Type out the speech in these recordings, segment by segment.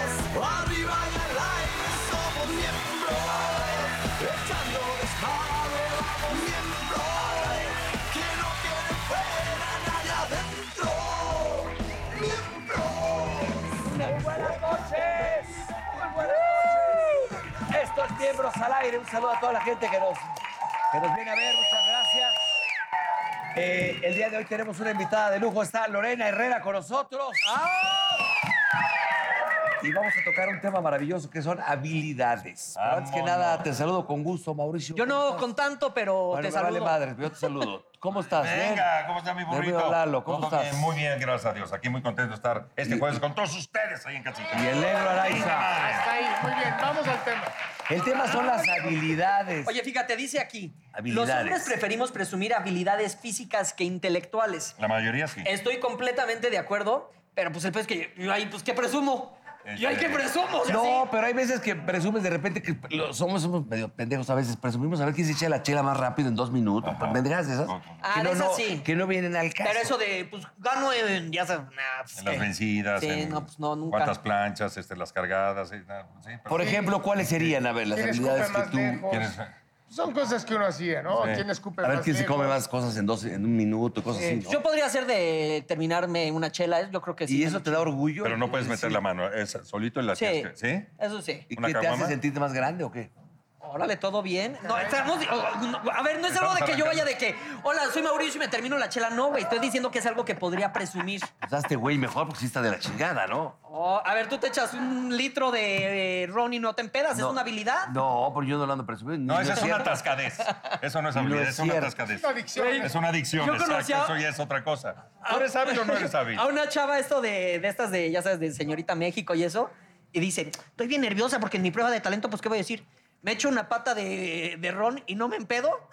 Arriba y al aire somos miembros, echando desmadre vamos miembros, que no quede fuera nadie adentro, miembros. Muy buenas noches. Muy buenas noches. Esto es Miembros al Aire. Un saludo a toda la gente que nos, que nos viene a ver. Muchas gracias. Eh, el día de hoy tenemos una invitada de lujo. Está Lorena Herrera con nosotros. Y vamos a tocar un tema maravilloso que son habilidades. Pero antes que nada, te saludo con gusto, Mauricio. Yo ¿Cómo no estás? con tanto, pero Bueno, te me vale saludo. madre, yo te saludo. ¿Cómo estás? ¿Bien? Venga, ¿cómo está mi Bienvenido, burrito? Lalo, ¿cómo Todo estás? bien, muy bien, gracias a Dios. Aquí muy contento de estar este jueves con todos ustedes ahí en casita. Y el negro Araiza. Hasta ahí, muy bien, vamos al tema. El tema son las habilidades. Oye, fíjate, dice aquí. Los Habilidades. hombres preferimos presumir habilidades físicas que intelectuales. La mayoría sí. Estoy completamente de acuerdo, pero pues el pez que yo, yo ahí, pues, ¿qué presumo? Yo ahí que presumo. o Este, sea, No, pues, sí. pero hay veces que presumes de repente que lo- somos, somos medio pendejos a veces. Presumimos a ver quién se echa la chela más rápido en dos minutos. Ajá. Pendejas de esas. Ah, que no, de esas no- sí. Que no vienen al caso. Pero eso de, pues, gano en, ya sabes, nah, pues, En las ¿qué? vencidas, Sí, en no, pues, no, nunca. cuántas planchas, este, las cargadas. sí, nada, sí, pero- Por ejemplo, ¿cuáles serían, a ver, las ¿Quién habilidades escupe que más tú... lejos? ¿Quién es? Son cosas que uno hacía, ¿no? ¿Quién escupe A ver más quién se lejos? come más cosas en, dos, en un minuto, cosas así. ¿no? Eh, Yo podría ser de terminarme una chela, yo creo que sí. ¿Y eso te da orgullo? Pero no puedes meter la mano, es solito en la Sí, tienes que- ¿Sí? eso sí. ¿Y ¿Una qué te hace caguama? sentirte más grande o qué? Órale, todo bien. No, estamos. oh, no, A ver, no es algo de que yo vaya de que. Hola, soy Mauricio y me termino la chela. No, güey. Estoy diciendo que es algo que podría presumir. Pues a este güey mejor porque sí está de la chingada, ¿no? Oh, a ver, tú te echas un litro de eh, ron y no te empedas. No. ¿Es una habilidad? No, porque yo no lo ando presumiendo. No, ni esa lo es una cierro. atascadez. Eso no es No habilidad, es es una cierto. atascadez. Es una adicción. Es una adicción, Yo exacto. conocí a- Ah. Eso ya es otra cosa. ¿Tú eres hábil o no eres hábil? A una chava esto de, de estas de, ya sabes, de señorita México y eso. Y dice, estoy bien nerviosa porque en mi prueba de talento, pues, ¿qué voy a decir? Me echo una pata de, de ron y no me empedo.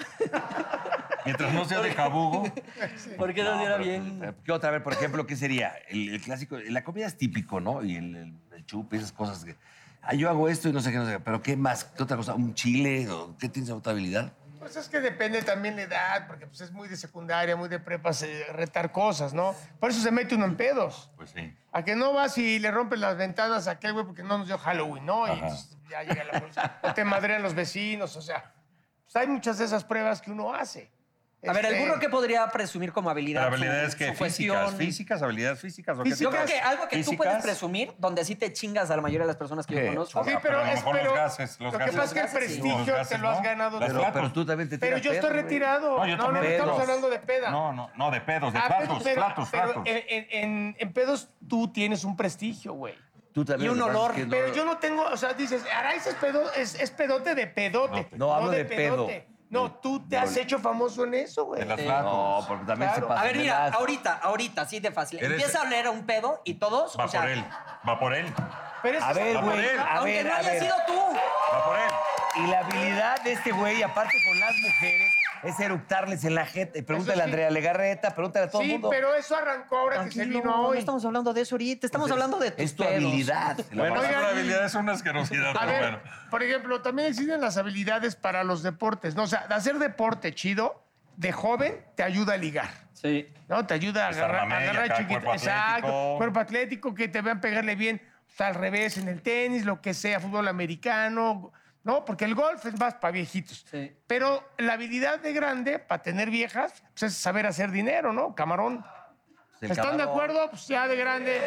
Mientras no sea de jabugo. Porque eso sí era bien. ¿Qué eh, otra vez, por ejemplo, qué sería? El, el clásico, la comida es típico, ¿no? Y el, el, el chupe, esas cosas que. Ah, yo hago esto y no sé qué, no sé qué. Pero ¿qué más? ¿Qué otra cosa? ¿Un chile? ¿O ¿Qué tienes otra habilidad? Pues es que depende también la edad, porque pues, es muy de secundaria, muy de prepa, se- retar cosas, ¿no? Por eso se mete uno en pedos. Pues sí. A que no vas y le rompes las ventanas a aquel güey porque no nos dio Halloween, ¿no? Y entonces ya llega la policía. O te madrean los vecinos, o sea. Pues hay muchas de esas pruebas que uno hace. A ver, Este, ¿alguno que podría presumir como habilidad? Pero Su- habilidades que su físicas, cuestión. físicas, habilidades físicas. ¿o qué Yo creo tipo? que algo que tú Físicas. puedes presumir, donde sí te chingas a la mayoría de las personas que ¿Qué? yo conozco. Sí, Ah, pero pero, a lo es, mejor los pero gases, los lo que gases. pasa es que el Los gases, sí. prestigio Los te gases, lo has ¿no? ganado. Las tú. Pero, platos. pero tú también te Pero tiras yo estoy pedo, güey. retirado. No, No, yo no, también. estamos Pedos. hablando de peda. No, no, no, de pedos, de Ah, pero- platos, pero- platos, pero eh, platos. En, en- en- en pedos tú tienes un prestigio, güey. Tú también. Y un lo que pasa olor, es que no- Pero yo no tengo, o sea, dices, Araiz es, pedo- es, es pedote de pedote. No, hablo de pedo. pedote. No, tú te has hecho famoso en eso, güey. de las No, platos. porque también Claro. se pasa. A ver, mira, ¿verdad? ahorita, ahorita, sí de fácil. Eres- Empieza a oler a un pedo y todos. Va o sea, por él, va por él, Pero eso A es- ver, Vamos güey. a ver. A Aunque ver, no a haya ver. sido tú. va por él. Y la habilidad de este güey, aparte con las mujeres, es eructarles en la gente. Pregúntale a sí. Andrea Legarreta, pregúntale a todo el sí, mundo. pero eso arrancó ahora que se Tranquilo, vino No hoy. estamos hablando de eso ahorita, estamos hablando de tus Es tu pedos. habilidad. Bueno, Oigan, la y- habilidad es una asquerosidad, A pero ver, bueno. por ejemplo, también existen las habilidades para los deportes, ¿no? O sea, de hacer deporte chido, de joven, te ayuda a ligar, Sí. ¿no? Te ayuda a Desarmar agarrar, a media, agarrar acá, chiquito. cuerpo atlético. Exacto, cuerpo atlético, que te vean pegarle bien, o sea, al revés, en el tenis, lo que sea, fútbol americano, ¿no? Porque el golf es más para viejitos. Sí. Pero la habilidad de grande, para tener viejas, pues es saber hacer dinero, ¿no? Camarón. El ¿Están de camarón. acuerdo? Pues ya de grande.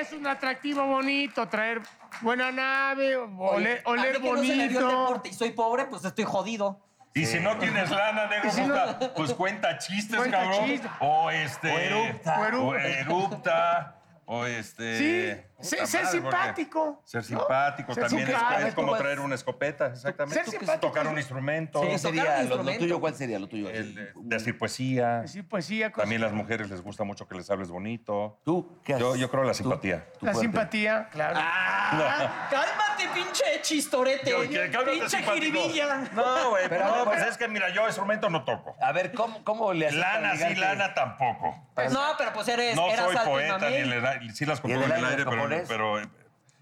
Es un atractivo bonito traer buena nave, oler, oler bonito. y soy pobre, pues estoy jodido. Y si no tienes lana, negro, si no- puta, pues cuenta chistes, Cuenta cabrón. chistes. O este. O eructa. O eructa. O erupta. O este. Sí, puta ser- ser madre, porque simpático, Ser ¿no? simpático Ser también es- simpático. es, como traer una escopeta, exactamente. Ser simpático. Tocar un instrumento, ¿Qué Sí, tocar sería? un Lo- Lo, instrumento. tuyo cuál sería? Lo tuyo. el- eh, decir poesía. Sí, poesía. cosas- También las mujeres les gusta mucho que les hables bonito. ¿Tú qué Yo, haces? yo creo la Tú- simpatía. tú La fuerte. simpatía, claro. Ah. Cálmate, pinche chistorete. Yo, que- cálmate, pinche simpático. jiribilla. No, güey, Pero, no, pero- Ah, pues es que mira, yo instrumento no toco. A ver, ¿cómo, cómo le haces? Lana sí, lana tampoco. No, pero pues eres. No eras soy alto y poeta, mamey. ni le da, sí las ¿Y compongo en en el el aire aire, pero, japonés? pero, eh,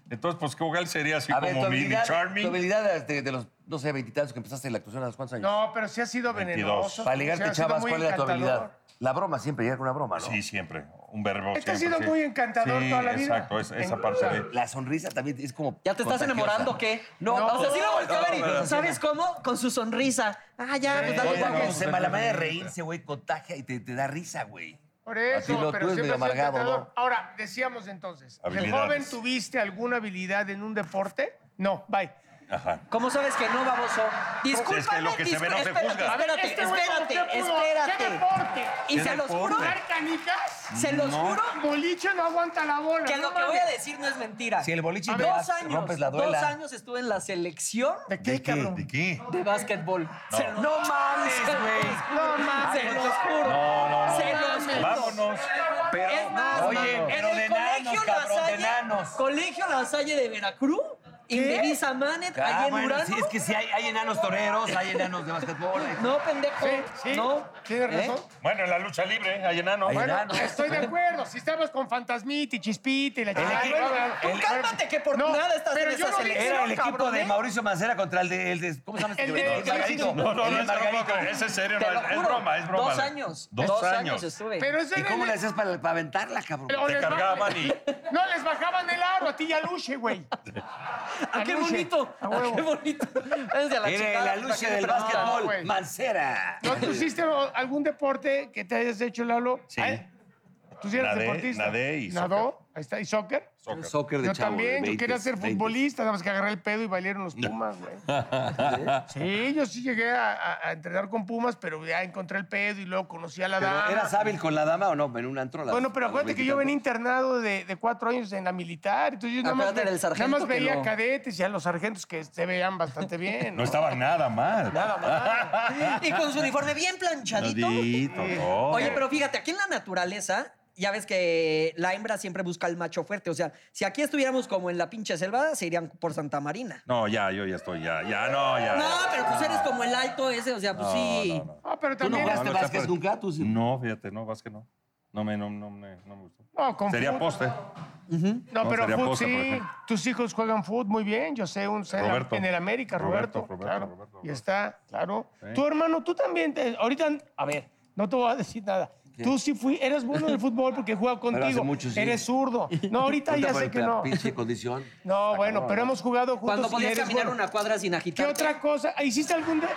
Entonces, pues, Google sería así A ver, tu como mi, mi habilidad, tu Charming. habilidad de, de los, no sé, veintitantos que empezaste en la actuación a los cuántos años. No, pero sí ha sido venenoso. Para ligarte sí ha sido chavas, muy ¿cuál era tu encantador. habilidad? La broma siempre llega con una broma, ¿no? Sí, siempre. Un verbo. Este ha siempre, sido sí. muy encantador Sí, toda la vida. Exacto, es- esa En- parte de. La sonrisa también es como. ¿Ya te estás contagiosa. enamorando o qué? No, o sea, sí me volteó a ver y, no, no, no. ¿sabes cómo? Con su sonrisa. Ah, ya, pues dale Oye, guapo. no, se mala manera de reírse, güey, contagia y te, te da risa, güey. Por Así eso, lo- pero tú eres medio siempre ha sido amargado, encantador. ¿no? Ahora, decíamos entonces, ¿de Habilidades. joven tuviste alguna habilidad en un deporte? No, bye. Ajá. ¿Cómo sabes que no, baboso? Discúlpame, Es que lo que se ve no se discúlpame, juzga. Espérate, Este güey, ¿por espérate, qué espérate. pudo? ¿Qué deporte? Y ¿Qué se los juro, deporte? ¿Dar canicas? se los No. juro Boliche no aguanta la bola. que no lo que voy mames. a decir no es mentira. Si el boliche te dos das, años, rompes la duela. dos años estuve en la selección ¿De qué, cabrón? ¿De qué? de básquetbol. No. Se los- No, mames, güey. No mames. Se los juro. No, no, no. Se los juro. Vámonos. Pero, es más, oye, en pero el de colegio enanos, cabrón, de Lasalle, enanos. Colegio Lasalle de Veracruz, Indevisa Manet, Ah, allí en bueno, Urano. sí, es que sí, hay, hay enanos toreros, hay enanos de básquetbol. hay- No, pendejo. Sí, sí. No. Tienes ¿Eh? razón. Bueno, en la lucha libre, hay enano. Hay Bueno, enanos. estoy de acuerdo. Si estabas con Fantasmita y Chispita y la chingada, equipo- bueno, el- bueno, Cálmate que por nada estás pero en yo esa no dije- selección. Era el equipo cabrón, de ¿eh? Mauricio Mancera contra el de, el de- ¿cómo se llama este? El güey? de- El Margarito. No, no, El no, de es tampoco, Margarito. ese es serio, Te no, lo es, es juro, broma, es broma. Dos años. Dos, años. estuve. Pero eso ¿Y era cómo en le el- hacías para, para aventarla, cabrón? Pero- Te cargaban y... No, les bajaban el aro a ti y a Luche, güey. ¡Ah, qué Aluche. bonito! A ¡Ah, huevo. qué bonito! Váyanse a la Era chingada, la ¿para qué lucha me del preguntan? básquetbol, güey. Mancera. ¿No tú hiciste algún deporte que te hayas hecho, Lalo? Sí. Ay, ¿Tú sí eras Nadé, deportista? nadé y ¿Nadó? Ahí está. ¿Y soccer? Soccer. Soccer de Yo chavo, de también, yo 20, quería ser 20. futbolista, nada más que agarré el pedo y valieron los Pumas, güey. Sí, yo sí llegué a, a- a entrenar con Pumas, pero ya encontré el pedo y luego conocí a la Pero, dama. ¿Eras hábil con la dama o no? En un antro. a las- Bueno, pero a los acuérdate que yo 20 venía y internado de, de cuatro años en la militar. Entonces yo nada más, Acuérdate ve- del nada sargento más que veía lo- cadetes y a los sargentos que se veían bastante bien. No estaba nada mal. Nada Y con su uniforme bien planchadito. Oye, pero fíjate, aquí en la naturaleza, ya ves que la hembra siempre busca al macho fuerte. O sea, si aquí estuviéramos como en la pinche selva, se irían por Santa Marina. No, ya, yo ya estoy, ya, ya, no, ya. No, pero pues eres como el alto ese, o sea, pues No, sí. no, no. Ah, pero ¿Tú no también. jugaste no, no, básquet no. nunca? ¿Tú sí? No, fíjate, no, vas que no. No me, no, no me, no me gustó. No, con Sería fut- poste. No, No, pero sería posta, fut por sí. ejemplo. Tus hijos juegan fut muy bien. Yo sé un sé en la- Roberto. en el América, Roberto, Roberto. Roberto, claro. Roberto, Y Roberto. está, claro. Sí. Tu hermano, tú también. te- ahorita, a ver, no te voy a decir nada. Tú sí fui, eres bueno en el fútbol porque jugaba contigo. mucho, sí. Eres zurdo. No, ahorita Puta, ya pero sé que la no. Pinche condición. No, bueno, pero hemos jugado juntos. Cuando y podías eres caminar bueno. una cuadra sin ¿Qué agitar. otra cosa? Ah, ¿Hiciste algún de...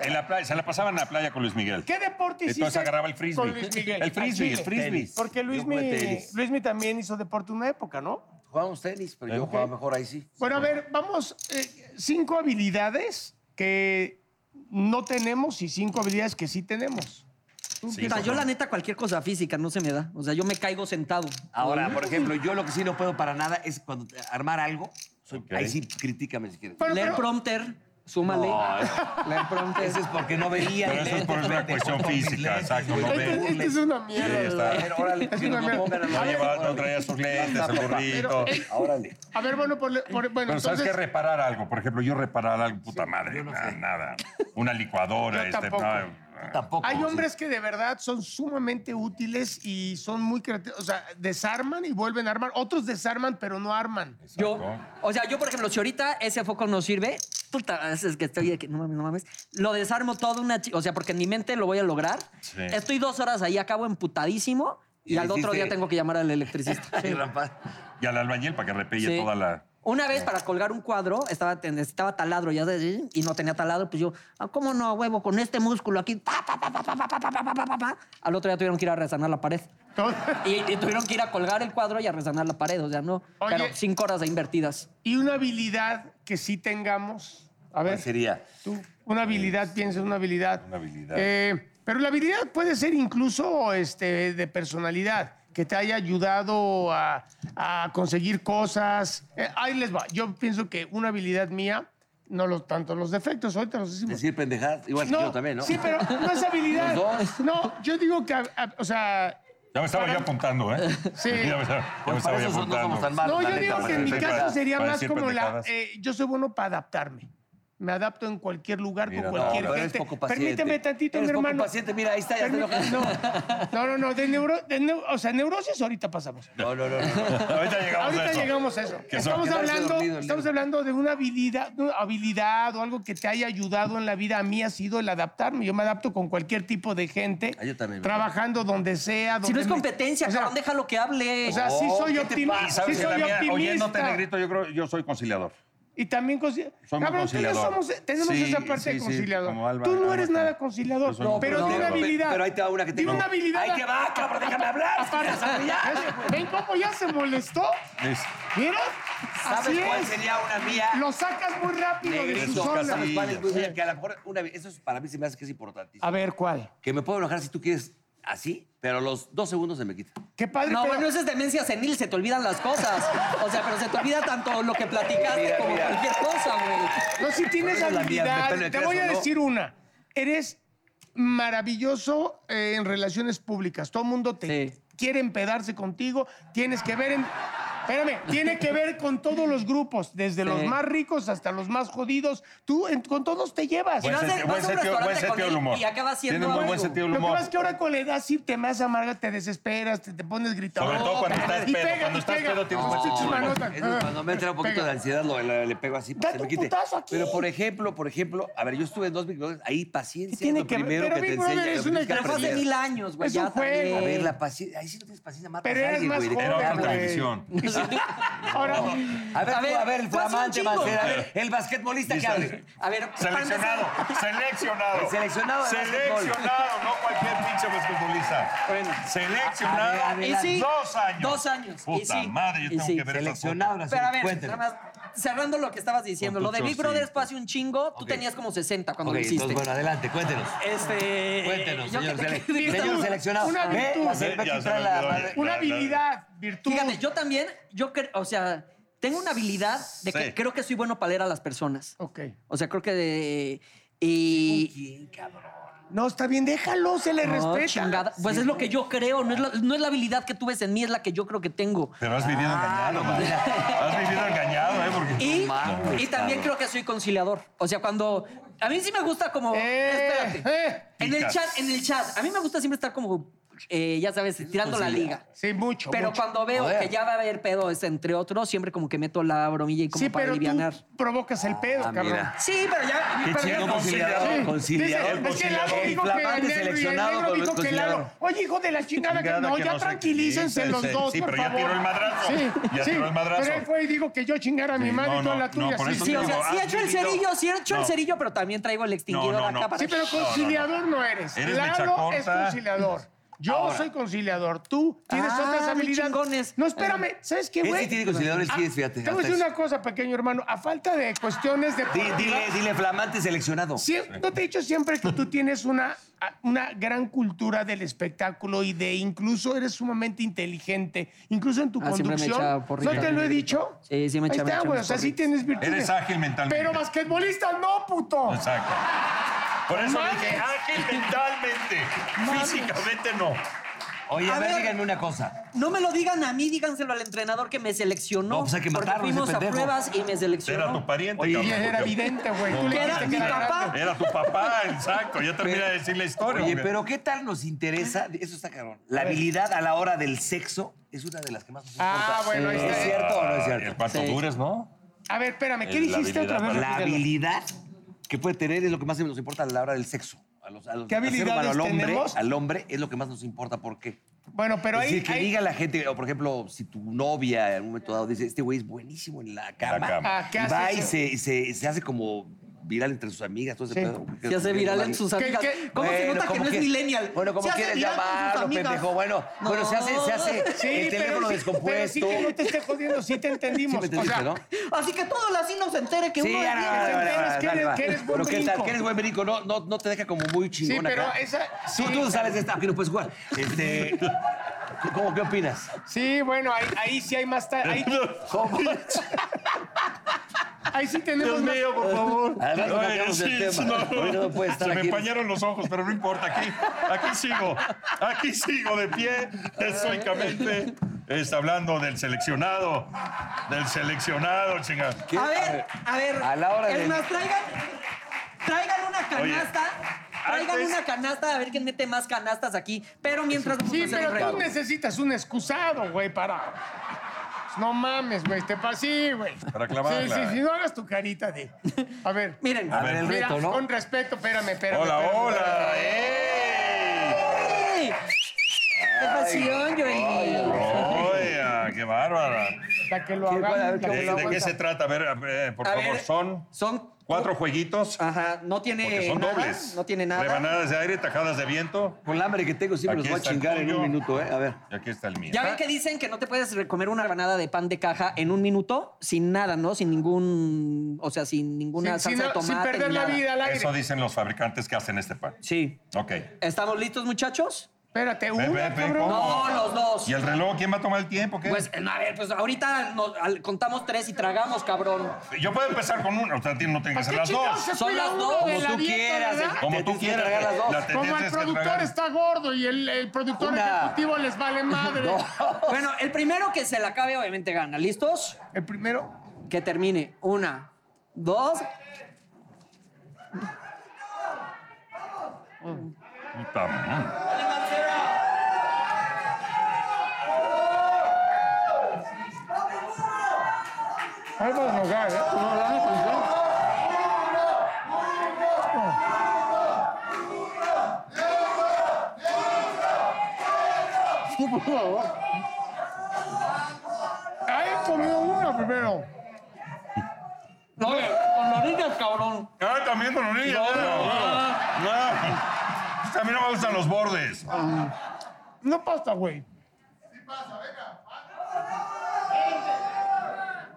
En la playa, se la pasaban en la playa con Luis Miguel. ¿Qué deporte hiciste? Entonces agarraba el con frisbee. Luis Miguel? El frisbee, el Al Chile. frisbee. Tenis. Porque Yo Luismi, jugué tenis. Luismi también hizo deporte una época, ¿no? Jugábamos tenis, pero Eh, yo ok. jugaba mejor ahí sí. Bueno, a ver, vamos. eh, cinco habilidades que no tenemos y cinco habilidades que sí tenemos. Puta, yo la neta cualquier cosa física no se me da. O sea, yo me caigo sentado. Ahora, por ejemplo, yo lo que sí no puedo para nada es cuando te- armar algo. soy- Ok. Ahí sí, critícame si quieres. Bueno, Leer pero- prompter, súmale. Leer prompter. Ese es porque no veía. Pero y eso es por lentes, una lente, cuestión con mis física, lentes, exacto. güey. No Esta ve. esta es una mierda. Sí, está. A ver, órale, Es que una no me mierda. pongan a No, la- llevaba, no traía sus lentes, el burrito. Pero, Órale. A ver, bueno, por, le- por- bueno, ¿sabes entonces... qué? Reparar algo. Por ejemplo, yo reparar algo, puta madre. nada, nada. Una licuadora. Yo este, tampoco. no, Tampoco. Hay sí. hombres que de verdad son sumamente útiles y son muy creativos. O sea, desarman y vuelven a armar. Otros desarman, pero no arman. Yo, Exacto. o sea, yo, por ejemplo, si ahorita ese foco no sirve, puta, es que estoy de que no mames, no mames, lo desarmo todo una chi- o sea, porque en mi mente lo voy a lograr. Sí. Estoy dos horas ahí, acabo emputadísimo y, Y al otro dijiste- día tengo que llamar al electricista. Ay, rapaz. Y al albañil para que repelle Sí. toda la. Una vez para colgar un cuadro, estaba, necesitaba taladro, ya sabes, y no tenía taladro, pues yo, ah, ¿cómo no, huevo? Con este músculo aquí, pa, pa, pa, pa, pa, pa, pa, pa, pa, pa, pa, pa. al otro día tuvieron que ir a resanar la pared. Todo- Y, y tuvieron que ir a colgar el cuadro y a resanar la pared, o sea, no, Oye. pero cinco horas de invertidas. Y una habilidad que sí tengamos. A ver. ¿Cuál sería? Tú, una habilidad, piensa en una habilidad. Una habilidad. Eh, pero la habilidad puede ser incluso este, de personalidad, que te haya ayudado a, a conseguir cosas. Eh, ahí les va. Yo pienso que una habilidad mía, no los, tanto los defectos, ahorita los decimos. Decir pendejadas. Igual que yo también, ¿no? Sí, pero no es habilidad. No, yo digo que, a- a- o sea, Ya me estaba yo apuntando, ¿eh? Sí. Ya me estaba, ya me Pues estaba para yo eso no apuntando. somos tan malos. No, la yo neta, digo para que en mi ser decir caso pendejadas. sería para más decir como la. pendejadas. eh, yo soy bueno para adaptarme. Me adapto en cualquier lugar, Mira, con no, cualquier pero eres gente. poco paciente. Permíteme tantito, Eres mi poco hermano. paciente, mira, ahí está, ya te Permíteme- enojas. No, no, no, no, de neuro, de neu- o sea, neurosis ahorita pasamos. No, no, no. no. Ahorita llegamos a Ahorita eso. llegamos a eso. Que son- Estamos que no esté hablando, dormido el estamos libro. hablando de una habilidad, de una habilidad o algo que te haya ayudado en la vida. A mí ha sido el adaptarme. Yo me adapto con cualquier tipo de gente, Ah, yo también. trabajando donde sea. Si no donde es me- competencia, o sea, cabrón, déjalo que hable. O sea, sí soy Oh, ¿qué te optimista. Y Sí sabes que la soy mía, oyéndote, optimista. negrito, yo creo yo soy conciliador. Y también conci- Soy muy Cabrón, tú y yo conciliador. somos- tenemos Sí, esa parte sí, de sí, conciliador. como Alba- tú no Alba eres Campos. nada conciliador, Yo soy muy pero conciliador. tiene una No, pe- habilidad. Pero ahí te va una que Tiene tengo. una habilidad. Ahí te va, cabrón, déjame hablar. si quieres ¿Ves? apoyar. ¿Ven cómo ya se molestó? Es- Mira, así ¿Sabes cuál es. sería una mía? Lo sacas muy rápido de sus Negrito, olas. ¿sabes cuál es muy Sí. bien? pues, Que a lo mejor una vez- eso es- para mí se me hace que es importantísimo. A ver, ¿cuál? Que me puedo enojar si tú quieres así, pero a los dos segundos se me quita. Qué padre, No, pero... bueno, eso es demencia senil, se te olvidan las cosas. O sea, pero se te olvida tanto lo que platicaste Mira, como mira. cualquier cosa, güey. No, si tienes Esa es la mía, habilidad. depende de Te qué voy a caso, ¿no? decir una. Eres maravilloso eh, en relaciones públicas. Todo el mundo te Sí. quiere empedarse contigo. Tienes que ver en... Espérame, tiene que ver con todos los grupos, desde los más ricos hasta los más jodidos. Tú en- con todos te llevas. Buen vas a- vas a sentido- un buen sentido- buen restaurante con sentido él del humor. y acaba siendo Tiene un muy buen algo. sentido del Lo que humor. pasa es que ahora con la edad sí te más amarga, te desesperas, te, te pones gritando. Sobre todo cuando estás pedo. Cuando estás pedo tienes más tus chismes. manotas. Es más, cuando me entra un poquito de ansiedad, lo- le, le pego así para Date que se me un quite. putazo aquí. Pero por ejemplo, por ejemplo, a ver, yo estuve en dos Big Brothers, ahí paciencia ¿Qué tiene es lo que ver? primero Pero que te Big Brother enseña. es lo que una tienes que Pero fue hace aprender. mil años, güey. Es un ya juego. A ver, también. la paciencia, ahí sí no tienes paciencia, matas Pero a eres alguien, más güey, ¿de qué Era joven, me otra güey. hablas? televisión. Ahora, A ver, A a ver, ver, a ver el fue hace un flamante va a chingo. ser, a ver, el basquetbolista que hable. A ver, para Seleccionado, empezar- seleccionado. El seleccionado de Seleccionado, no cualquier pinche basquetbolista. A ver, Seleccionado. a ver. Y sí, Dos años. Dos años. y Puta sí, madre, yo y tengo sí. que ver esas Seleccionado, ahora sí, fotos. Pero a ver, cuéntale. nada más, cerrando lo que estabas diciendo, Con lo tu de Big chorcito. Brothers fue hace un chingo, tú Ok. tenías como 60 cuando Ok, lo hiciste. entonces, bueno, adelante, cuéntenos. este, Cuéntenos, yo que señor, te- sele- que- señor virtud, seleccionado. una Ve, virtud. va a ser- va a Ya se quitar me la olvidó, madre. ya. una habilidad, virtud. Fíjate, yo también, yo creo, o sea, tengo una habilidad de que Sí. creo que soy bueno para leer a las personas. Ok. O sea, creo que de- y No, está bien, déjalo, se le No, respeta. chingada. Pues es lo que yo creo, no es, la, no es la habilidad que tú ves en mí, es la que yo creo que tengo. Pero has Ah. vivido engañado, madre. Has vivido engañado, ¿eh? Porque... Y, mames, y también cabrón. creo que soy conciliador. O sea, cuando. A mí sí me gusta como. Eh, espérate. eh. en el Picas. chat, en el chat. A mí me gusta siempre estar como, eh, ya sabes, tirando la liga. Sí, mucho. Pero mucho. cuando veo Joder. que ya va a haber pedo, es entre otros, siempre como que meto la bromilla y como sí, para pero alivianar. tú provocas el pedo, Ah, cabrón. mira. Sí, pero ya. Ah, Qué pero ya- chingón Sí, conciliador. Conciliador. dice, es que Lalo conciliador. dijo que Flamante el negro y el seleccionado negro con dijo que conciliador. Lalo. Oye, hijo de la chingada, que no, ya tranquilícense los dos, Sí, por pero ya favor. tiró el madrazo. Sí, ya sí, tiró el madrazo. pero él fue y dijo que yo chingara a mi Sí, madre no, y toda la no, tuya. no, por sí, eso sí, Sí, o o sea, sea, sí he hecho el cerillo, sí he hecho el No. cerillo, pero también traigo el extinguidor No, no, no. acá para. sí, pero conciliador no eres. Eres Lalo mechacorta. es conciliador. Yo soy conciliador. Tú tienes Ah, otras muy habilidades. chingones. No, espérame. ¿Sabes qué, Él sí güey? tiene conciliadores, sí, Ah, fíjate, Te voy a hasta decir eso. una cosa, pequeño hermano. A falta de cuestiones de... Di- Dile, dile, flamante seleccionado. Ah. Sí, ¿No te he dicho siempre que tú tienes una, a- una gran cultura del espectáculo y de incluso eres sumamente inteligente, incluso en tu Ah, siempre me conducción? echaba porrita. ¿No te lo he dicho? Sí, sí me echaba- Ahí me está, echaba güey, o sea, sí tienes virtudes. Eres ágil mentalmente. Pero basquetbolista no, puto. Exacto. Por eso Mames. dije ágil mentalmente. Físicamente no. Oye, A a ver, ver. díganme una cosa. No me lo digan a mí, díganselo al entrenador que me seleccionó. No, pues hay que porque matarlo, ese fuimos a pendejo. pruebas y me Era tu seleccionó. pariente, Oye, Y cabrón, era porque- evidente, güey. Tú Que le era dijiste que mi era papá. grande. Era tu papá, exacto. Ya termina de decir la historia. Oye, güey. pero ¿qué tal nos interesa? Eso está cabrón. La habilidad a la hora del sexo es una de las que más nos Ah, importa. bueno, ahí ¿Es está. cierto o no es Y Ah, el cierto? cuanto dures, ¿no? A ver, espérame, ¿qué La dijiste otra vez? habilidad, La Repítelo. habilidad que puede tener es lo que más nos importa a la hora del sexo. A los, a los- ¿Qué al ser humano, habilidades al hombre, tenemos? Al hombre es lo que más nos importa. ¿Por qué? Bueno, pero es ahí... decir, que ahí- diga la gente, o por ejemplo, si tu novia en un momento dado dice, este güey es buenísimo en la cama, cama. Ah, ¿qué y haces? va y se, y se- y se hace como viral entre sus amigas, todo ese Sí. pedo. Se hace viral en sus ¿Qué- amigas. qué? ¿Cómo se Bueno, nota que ¿cómo no es qué? millennial? Bueno, como Se hace quieres viral con sus llamarlo, amigas. pendejo. Bueno, No. bueno, se hace, se hace Sí, el teléfono pero sí- Pero sí descompuesto. que no te esté jodiendo, sí te entendimos. Sí me entendiste, o sea, ¿no? Así que todo el así no se entere que Sí, uno ya, es no, bien. que no, no, enteras no, que no, eres- no, que eres buen Pero qué tal, brinco. que eres buen brinco, no, no, no te deja como muy chingón Sí, pero acá. esa- sí, tú, tú sabes de esta, que no puedes jugar. Este, ¿cómo, ¿Qué opinas? Sí, bueno, ahí, ahí sí hay más... ta- Ahí, ¿Cómo? ahí sí tenemos Dios más... mío, por favor. Al rato cambiamos de tema. Hoy no puede estar se me aquí. empañaron los ojos, pero no importa. Aquí, aquí sigo. Aquí sigo de pie, estoicamente. Está hablando del seleccionado. Del seleccionado, chingada. A ver, a ver. A la hora es del- más, traigan, traigan una canasta. traigan antes- una canasta, a ver quién mete más canastas aquí. Pero mientras vamos a Sí, hacer el pero tú reto. necesitas un excusado, güey, para. Pues No mames, güey, te pasé, güey. Para clavarla. Sí, sí, sí, no hagas tu carita de. A ver. Miren, A ver, el mira, reto, ¿no? Con respeto, espérame, espérame. Hola, espérame. hola. ¡Ey! ¡Ey! ¡Qué pasión, Joel! ¡Oiga, qué bárbara! La que lo Sí, puede haga. haber la que que ¿De, lo de qué aguanta. se trata? A ver, a ver, por A favor, ver, son Son cuatro jueguitos. Ajá, no Porque tiene son eh, nada, dobles. No tiene nada. Rebanadas de aire, tajadas de viento. Con la hambre que tengo sí me Aquí los voy a está el chingar en tuyo. un minuto, ¿eh? A ver. Y aquí está el mío. Ya ven que dicen que no te puedes comer una rebanada de pan de caja en un minuto sin nada, ¿no? Sin ningún, o sea, sin ninguna Sin, sin- salsa de tomate. sin perder ni la nada. vida al aire. Eso dicen los fabricantes que hacen este pan. Sí. Ok. ¿Estamos listos, muchachos? Espérate, Ve, ve, una, ve, cabrón. ¿cómo? No, los dos. ¿Y el reloj? ¿Quién va a tomar el tiempo? ¿Qué? Pues, a ver, pues ahorita nos- al- contamos tres y tragamos, cabrón. Yo puedo empezar con uno. O sea, no tienen que ser ¿Qué las chingados dos. se Son espera las uno dos, de Como la tú dieta, quieras. verdad? eh. Como Te tú tienes que quieras. tragar las dos. La te Como el tienes que tragar. productor está gordo y el, el productor Una. ejecutivo les vale madre. Bueno, el primero que se la acabe, obviamente gana. ¿Listos? El primero. Que termine. Una, dos. Puta madre. Ahí vamos a jugar, ¿eh? No, la vamos a jugar. Sí, por favor. Ahí comió uno primero. No, con los niños, cabrón. Ah, también con los niños. No, no. Es que A mí no me gustan los bordes. No pasa, güey.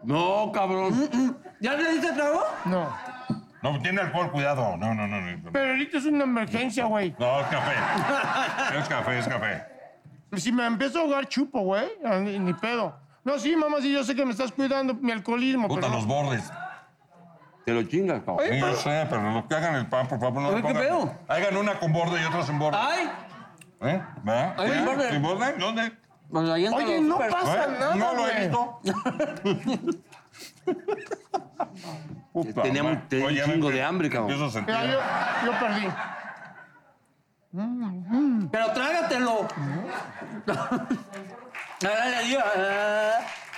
No, cabrón. ¿Ya le diste trago? No. No, tiene alcohol, cuidado. No, no, no. No, Pero ahorita es una emergencia, güey. no es café. Es café, es café. Si me empiezo a ahogar, chupo, güey. Ah, Ni, ni pedo. No, sí, mamá, sí, yo sé que me estás cuidando mi alcoholismo. Puta, pero- los bordes. Te lo chingas, cabrón. Oye, Sí, yo pero- sé, pero los que hagan el pan, por favor, no Oye, le ¿qué pongan. pedo? Hagan una con borde y otra sin borde. ¡Ay! ¿Eh? ¿Verdad? Ahí ¿Sí? el borde. ¿Sin borde? ¿Dónde? Pues ahí entre Oye, los no súper. pasa ¿Eh? nada, No lo he güey. visto. Puta Tenía un- madre. tenía un Oye, ya me chingo empie- de hambre, cabrón. Empiezo a sentir. Mira, yo, yo perdí. Pero trágatelo. Ahora le digo, ah.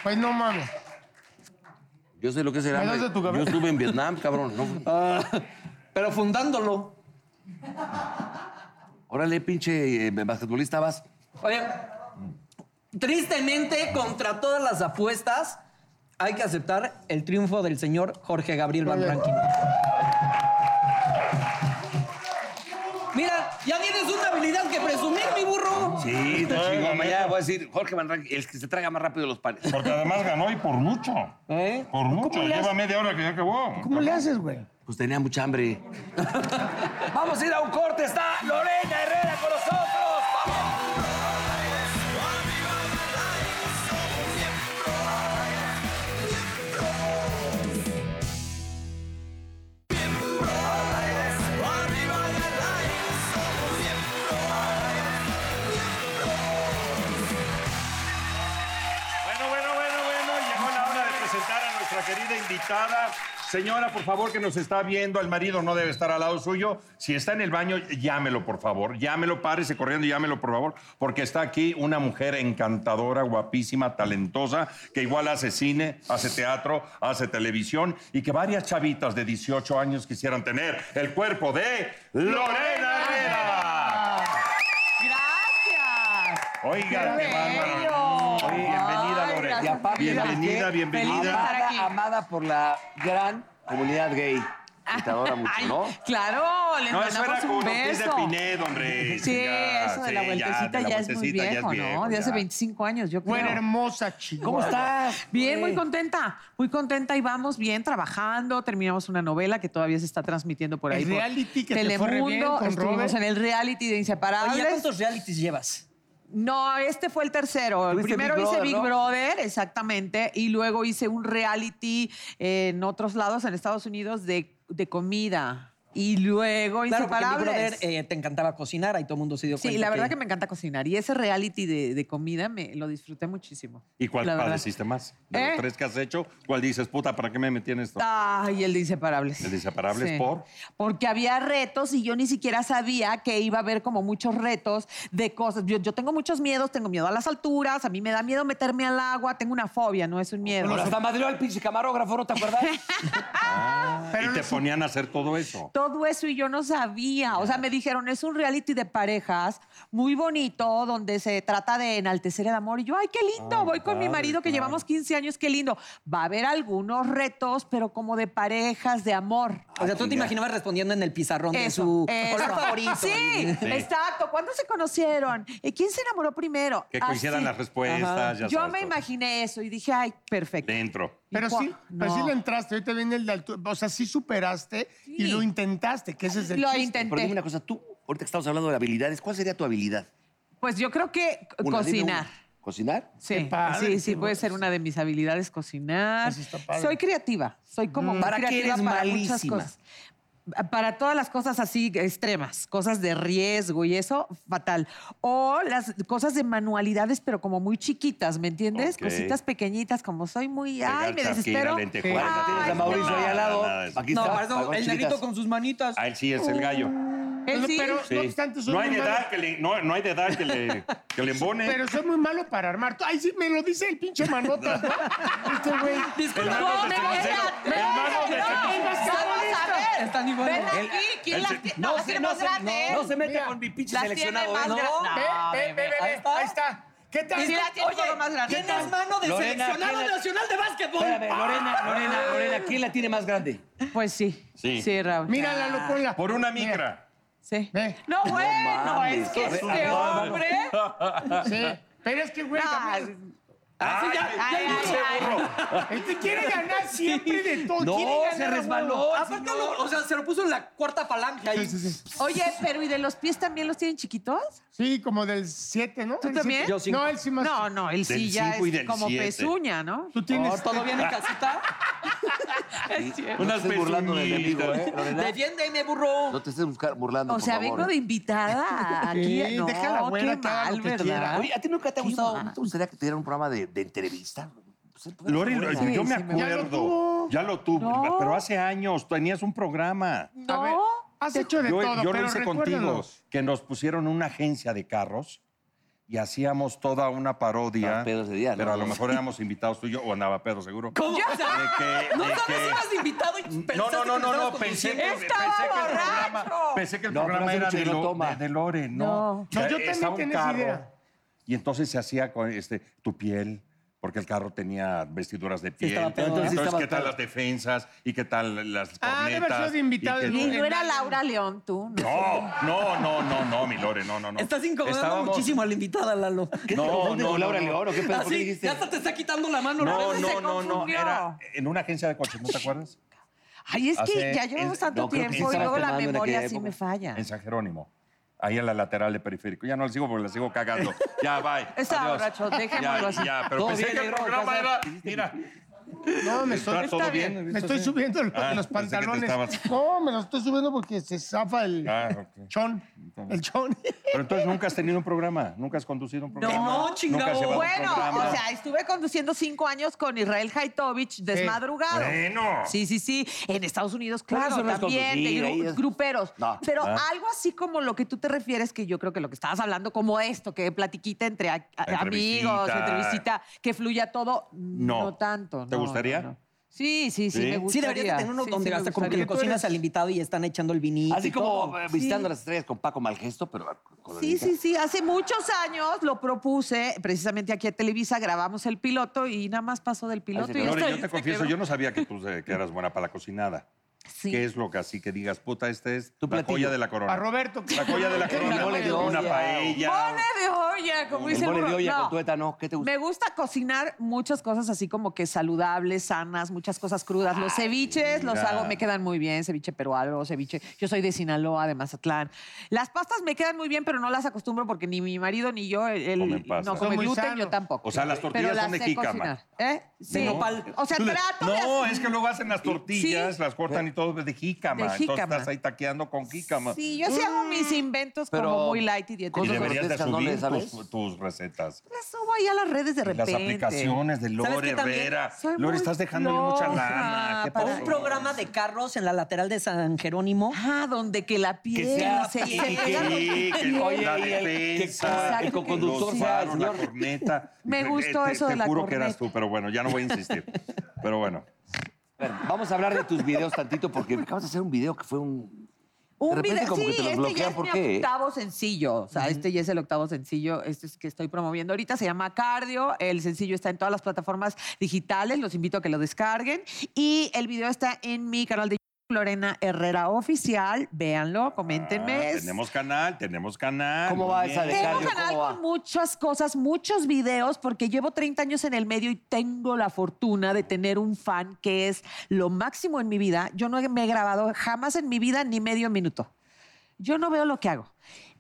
Pues no mames. Yo sé lo que es el Me das hambre. de tu cabeza. Yo estuve en Vietnam, cabrón. No. Ah, pero fundándolo. Órale, pinche eh, basquetbolista, vas. Oye, tristemente, contra todas las apuestas, hay que aceptar el triunfo del señor Jorge Gabriel Van Rankin. Mira, ya tienes una habilidad que presumir, mi burro. Sí, está chingón. Mañana voy a decir, Jorge Van Rankin, el que se traga más rápido los panes. Porque además ganó y por mucho. ¿Eh? Por mucho. le haces? Lleva media hora que ya acabó. ¿Cómo le haces, güey? Pues tenía mucha hambre. Vamos a ir a un corte. Está Lorena Herrera con nosotros. Bueno, bueno, bueno, bueno, llegó la hora de presentar a nuestra querida invitada. Señora, por favor, que nos está viendo, el marido no debe estar al lado suyo. Si está en el baño, llámelo, por favor. Llámelo, párese corriendo, y llámelo, por favor, porque está aquí una mujer encantadora, guapísima, talentosa, que igual hace cine, hace teatro, hace televisión y que varias chavitas de 18 años quisieran tener el cuerpo de Lorena Herrera. Gracias. Oiga, qué bárbara. Oye, bienvenida, Ay, Lorena. gracias. Y aparte, Bienvenida, ¿sabes qué? bienvenida. Estar aquí. Amada, amada por la gran comunidad gay. Que te adora mucho, Ah. Ay, ¿no? Claro, les No, eso era mandamos con un Ortiz de beso. Pinedo, hombre. Sí, Ya, eso de la sí, ya, vueltecita ya, de la es muy vueltecita ya viejo, ¿no? De hace ya. 25 años, yo creo. Buena, hermosa, chica. ¿Cómo estás? Bien, muy contenta. contenta, muy contenta y vamos bien trabajando. Terminamos una novela que todavía se está transmitiendo por El ahí. por reality que te fue re Telemundo. bien con Estuvimos Robert. en el reality de Oye, Inseparables. ¿ya ¿cuántos realities llevas? No, este fue el tercero. El Tuviste primero Big hice Brother, Big ¿no? Brother, exactamente, y eh, luego hice un reality en otros lados, en Estados Unidos, de, de comida. Y luego, Claro, porque mi Inseparables. brother eh, te encantaba cocinar, ahí todo el mundo se dio Sí, cuenta. eh, la verdad que me encanta cocinar. Y ese reality de, de comida me lo disfruté muchísimo. ¿Y cuál la verdad. padeciste más? De ¿Eh? los tres que has hecho, ¿cuál dices, puta, ¿para qué me metí en esto? Ay, el de Inseparables. El de Inseparables, ¿por? Porque había retos y yo ni siquiera sabía que iba a haber como muchos retos de cosas. Yo, yo tengo muchos miedos, tengo miedo a las alturas, a mí me da miedo meterme al agua, tengo una fobia, no es un miedo. Bueno, hasta madrió al pinche camarógrafo, ¿no te acuerdas? Pero y te ponían a hacer todo eso. Todo eso y yo no sabía. O sea, me dijeron, es un reality de parejas muy bonito donde se trata de enaltecer el amor. Y yo, ay, qué lindo, Ah, voy con mi padre, marido que claro. llevamos 15 años, qué lindo. Va a haber algunos retos, pero como de parejas, de amor. O sea, tú te imaginabas respondiendo en el pizarrón de su eso. color favorito. ¿eh? Sí, Sí. exacto. ¿Cuándo se conocieron? ¿Eh, ¿Quién se enamoró primero? Que coincidan Así. las respuestas, Ajá. ya Yo sabes, me todo. imaginé eso y dije, ay, perfecto. Dentro. Pero Hijo, sí, pero sí no. le entraste, ahorita viene el de altura. O sea, sí superaste y Sí. lo intentaste, que ese es el Lo chiste. Pero dime una intenté. cosa, tú, ahorita que estamos hablando de habilidades, ¿cuál sería tu habilidad? Pues yo creo que Una, dime cocinar. una. ¿Cocinar? Qué Sí, padre, sí, sí, qué puede bueno. ser una de mis habilidades cocinar. Eso está padre. Soy creativa, soy como muy ¿Para qué creativa eres para muchas malísima? cosas. Para todas las cosas así extremas, cosas de riesgo y eso, fatal. O las cosas de manualidades, pero como muy chiquitas, ¿me entiendes? Ok. Cositas pequeñitas, como soy muy. Pegar Ay, me chapquira, desespero. lentejuela, Ay, Tienes a no. Mauricio ahí al lado. nada de eso. Aquí No, está. para eso, pagón el chiquitas. negrito con sus manitas. A él sí es el gallo. Él No, sí, pero Sí. no obstante, soy no, muy hay de malo. edad que le, no, no hay de edad que le, que le embone. Pero soy muy malo para armar. Ay, sí, me lo dice el pinche manota. ¿no? este güey. el mago de cenicero. El mago de este cenicero. Está ni bueno. El- el- no, se, no, se, no, no se meta Mira. con mi pinche Las seleccionado. tiene ¿eh? más gra- Ve, ve, ve, ve, ahí ve, está. eh, Ahí está. ¿Qué tal? Sí, la tiene un poco más grande. Tienes mano de Lorena, seleccionado ¿quién la- nacional de básquetbol. Espérame, Lorena, Lorena, Lorena, ¿quién la tiene más grande? Pues sí. Sí. Sí, Raúl. Mírala, lo ponla. Por una micra. Sí. Ve. No, bueno, mames, es que no, este hombre. Sí. Pero es que, güey, Ah, también- Ah, ya, ay, pinche ay, burro. este quiere ganar siempre de todo. No, quiere ganar a se huevo. Ah, resbaló. Ah, Aparte, lo- o sea, se lo puso en la cuarta falange ahí. Sí, sí, sí. Oye, pero ¿y de los pies también los tienen chiquitos? Sí, como del 7, ¿no? ¿Tú El también? siete. Yo No, él sí más. No, no, el sí Del ya cinco y del es como siete. pezuña, ¿no? Tú tienes. Oh, ¿Todo bien Ah. en casita? No te Unas estés burlando del enemigo, pezuñitas. ¿eh? Lorena, Defiéndeme, burro. No te estés buscar- burlando, O por sea, favor, vengo de ¿eh? invitada aquí. Sí, no, deja a la abuela qué que haga lo mal, que ¿verdad? quiera. Oye, ¿a ti nunca te ha Qué gustado? mal. ¿No te gustaría que te dieran un programa de, de entrevista? Pues, Lore, lo- bueno. yo me sí, me- acuerdo. Ya lo tuvo. Ya lo tuvo, No. pero hace años tenías un programa. A ver, No. has hecho de yo todo, yo pero lo hice contigo, recuérdanos. que nos pusieron una agencia de carros y hacíamos toda una parodia. Estaba pedo ese día, ¿no? Pero a lo mejor éramos invitados tú y yo, o andaba pedo seguro. ¿Cómo? De que- No de sabes que- si has invitado y pensaste no, no, que no, me no, estabas no, pensé que, conduciendo. pensé que el programa, pensé que el No, pero programa hace era mucho de, que no Lo- toma. de- de Lore, no. No. No, yo Estaba también un tenía esa idea. Y entonces se hacía con este, tu piel, porque el carro tenía vestiduras de piel. estaba pedo, ¿eh? entonces, Estaba ¿qué tal pedo. las defensas? ¿Y qué tal las Ah, de haber cornetas? sido de invitado ¿Y qué de Y tal? no era Laura León, tú. No. No, no, no, no, no, mi Lore, no, no, no. Estás incomodando Estábamos- muchísimo a la invitada, Lalo. ¿Qué No, te confundes no, con no, Laura no. León o qué pedo? Ah, ¿Por qué Así, dijiste? ya hasta te está quitando la mano. No, Lorena. no, se no, no, confundió. era en una agencia de coches, ¿no te acuerdas? Ay, es que Hace- ya llevamos es- tanto no, creo que tiempo y estabas luego la tomando en memoria aquella sí época. me falla. En San Jerónimo. Ahí en la lateral de periférico. Ya no la sigo porque la sigo cagando. Ya, bye. Está Adiós. borracho, dejémoslo Ya, así. ya, pero Todo pensé bien, que el negro, programa ¿qué era. Mira, No, me está estoy, todo bien. me estoy subiendo los, Ah, los pensé que te pantalones. estabas- No, me los estoy subiendo porque se zafa el Ah, ok. chon. El chon. Pero entonces nunca has tenido un programa, nunca has conducido un programa. no, chingado. Nunca has llevado un Bueno, programa. o sea, estuve conduciendo cinco años con Israel Haitovich desmadrugado. Bueno. Sí, sí, sí. En Estados Unidos, claro, eso no es también, de conducir, ahí gru- es- gruperos. No. Pero algo así como lo que tú te refieres, que yo creo que lo que estabas hablando, como esto, que platiquita entre a- a- Entrevistita. amigos, entrevista, que fluya todo, No. no, tanto. ¿Te no, gustaría? no, no. Sí, sí, sí, ¿Sí? me Sí, gustaría. deberías de tener uno Sí, donde sí, me hasta como que gustaría. le cocinas al invitado y están echando el vinito. Así y como todo. eh, visitando las estrellas con Paco Malgesto, pero con Sí, sí, sí. Hace muchos años lo propuse, precisamente aquí a Televisa, grabamos el piloto y nada más pasó del piloto. señor. y Lore, hasta yo ahí te se confieso, quedó. yo no sabía que tú eh, que eras buena para la cocinada. Sí. ¿Qué es lo que así que digas, puta, este es Tu la platillo. joya de la corona? A Roberto. La joya de la ¿Qué? corona. mole de Una olla. paella. Mole de olla, como El dice el mole de burro. olla No. con tuétano, ¿qué te gusta? Me gusta cocinar muchas cosas así como que saludables, sanas, muchas cosas crudas. Los ceviches los mira. hago, me quedan muy bien, ceviche peruano, ceviche. Yo soy de Sinaloa, de Mazatlán. Las pastas me quedan muy bien, pero no las acostumbro porque ni mi marido ni yo él, Comen pastas. no Son come muy gluten, sanos. yo tampoco. O sea, las tortillas pero las son de sé jícama. cocinar, ¿eh? Sí. ¿No? O sea, Tú le- trato de No, hacer- es que luego hacen las tortillas, las cortan y todo es de jícama. De Entonces jícama. estás ahí taqueando con jícama. Sí, yo sí hago mis inventos como Pero- muy light y Mm. Y dietéticos. Cosas deberías de grotescas no le subir sabes. tus, tus recetas. Las subo ahí a las redes de Y repente. Las aplicaciones de ¿Sabes Lore qué también? Herrera. Soy muy Lore, estás dejando mucha floja lana. ¿Qué para Para pasó? un programa de carros en la lateral de San Jerónimo. Ah, donde que la piel sea se, piqui, se pega con que piel. Oye, la y el- defensa, que- que- los conductor sea el faros, la señor. corneta. Me gustó te, eso de te la juro que eras corneta. tú, pero bueno, ya no voy a insistir. Pero bueno. A ver, vamos a hablar de tus videos tantito porque acabas de hacer un video que fue un... Un de repente video- como que sí, te los este ya bloquean, es ¿por mi qué? octavo sencillo. O sea, este ya es el octavo sencillo. Este es que estoy promoviendo ahorita. Se llama Cardio. El sencillo está en todas las plataformas digitales. Los invito a que lo descarguen. Y el video está en mi canal de YouTube, Lorena Herrera Oficial. Véanlo, coméntenme. Ah, tenemos canal, tenemos canal. ¿Cómo muy va bien. esa de Tengo un cardio? canal ¿Cómo va? con muchas cosas, muchos videos, porque llevo 30 años en el medio y tengo la fortuna de tener un fan que es lo máximo en mi vida. Yo no me he grabado jamás en mi vida ni medio minuto. Yo no veo lo que hago.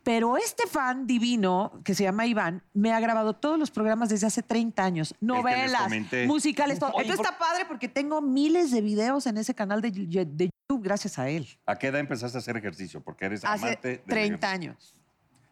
Pero este fan divino, que se llama Iván, me ha grabado todos los programas desde hace 30 años. Novelas, comenté. musicales, todo. Oye, Entonces ¿por- está padre porque tengo miles de videos en ese canal de, de YouTube gracias a él. ¿A qué edad empezaste a hacer ejercicio? Porque eres Hace amante del 30 ejercicio. años.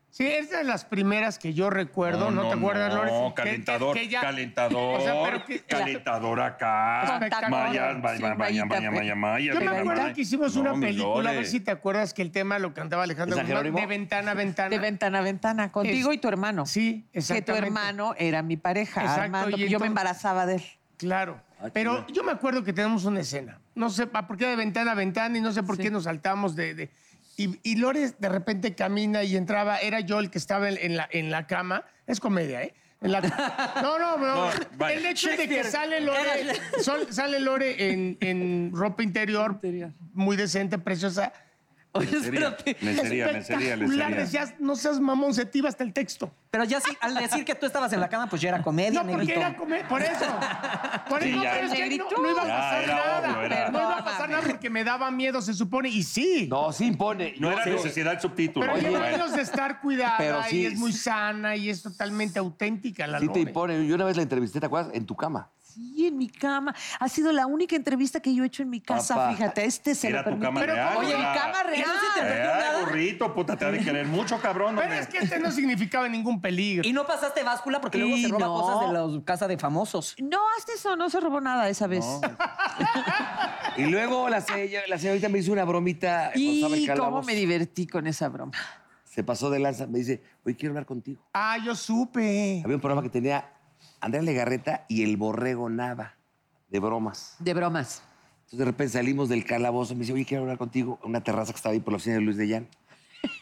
Sí, es de las primeras que yo recuerdo, ¿no, te acuerdas, Lore? No, Que- que- calentador, que ya- calentador, O sea, pero que- calentador acá. Con tacón, Maya, sí, Maya, Maya, Maya, mallita, pues. Maya, Maya. Yo me Maya, acuerdo Maya. que hicimos No, una mi película, a ver Lore. si te acuerdas que el tema lo cantaba Alejandro ¿De San Guzmán, Jerónimo? de ventana a ventana. De ventana a ventana, contigo y tu hermano. Sí, que tu exactamente. hermano era mi pareja, Exacto, Armando, y porque yo me entonces- embarazaba de él. Claro. Ah, Pero chido. yo me acuerdo que tenemos una escena. No sé pa- por qué de ventana a ventana y no sé por qué nos saltamos de. de- y, y Lore de repente camina y entraba. Era yo el que estaba en, en la, en la cama. Es comedia, ¿eh? En la- no, no, no. No, vaya. el hecho de que sale Lore, sol- sale Lore en, en ropa interior, muy decente, preciosa. Lencería, lencería, lencería, espectacular. lencería. Decías, no seas mamón, se te iba hasta el texto. Pero ya sí, al decir que tú estabas en la cama, pues ya era comedia, No, porque negrito. era comer, por eso. Por Sí, eso, ya. pero es que no, Negrito. no iba a Ya, pasar era nada. obvio, era. No iba a pasar nada porque me daba miedo, se supone, y sí. No, sí impone. No era Sí. necesidad el subtítulo. pero oye, lleva bueno. años de estar cuidada Pero sí, y es muy sana y es totalmente auténtica la Sí te Lore. impone. Yo una vez la entrevisté, ¿te acuerdas? En tu cama. Sí, en mi cama. Ha sido la única entrevista que yo he hecho en mi casa, Papá, fíjate. Este se era lo tu permitió. cama real, Oye, mi era- cama real. no se te- Eh, burrito, puta, te ha de querer mucho, cabrón. Pero hombre. es que este no significaba ningún peligro. Y no pasaste báscula porque luego Y se roba no. cosas de la casa de famosos. No, hasta eso, no se robó nada esa vez. Y luego la, se- la señorita me hizo una bromita. cuando estaba en Y cómo Calabos. me divertí con esa broma. Se pasó de lanza. Me dice, hoy quiero hablar contigo. Ah, yo supe. Había un programa que tenía Andrés Legarreta y el Borrego Nava, de bromas. De bromas. Entonces de repente salimos del calabozo. Me dice, oye, quiero hablar contigo. Una terraza que estaba ahí por la oficina de Luis de Llán.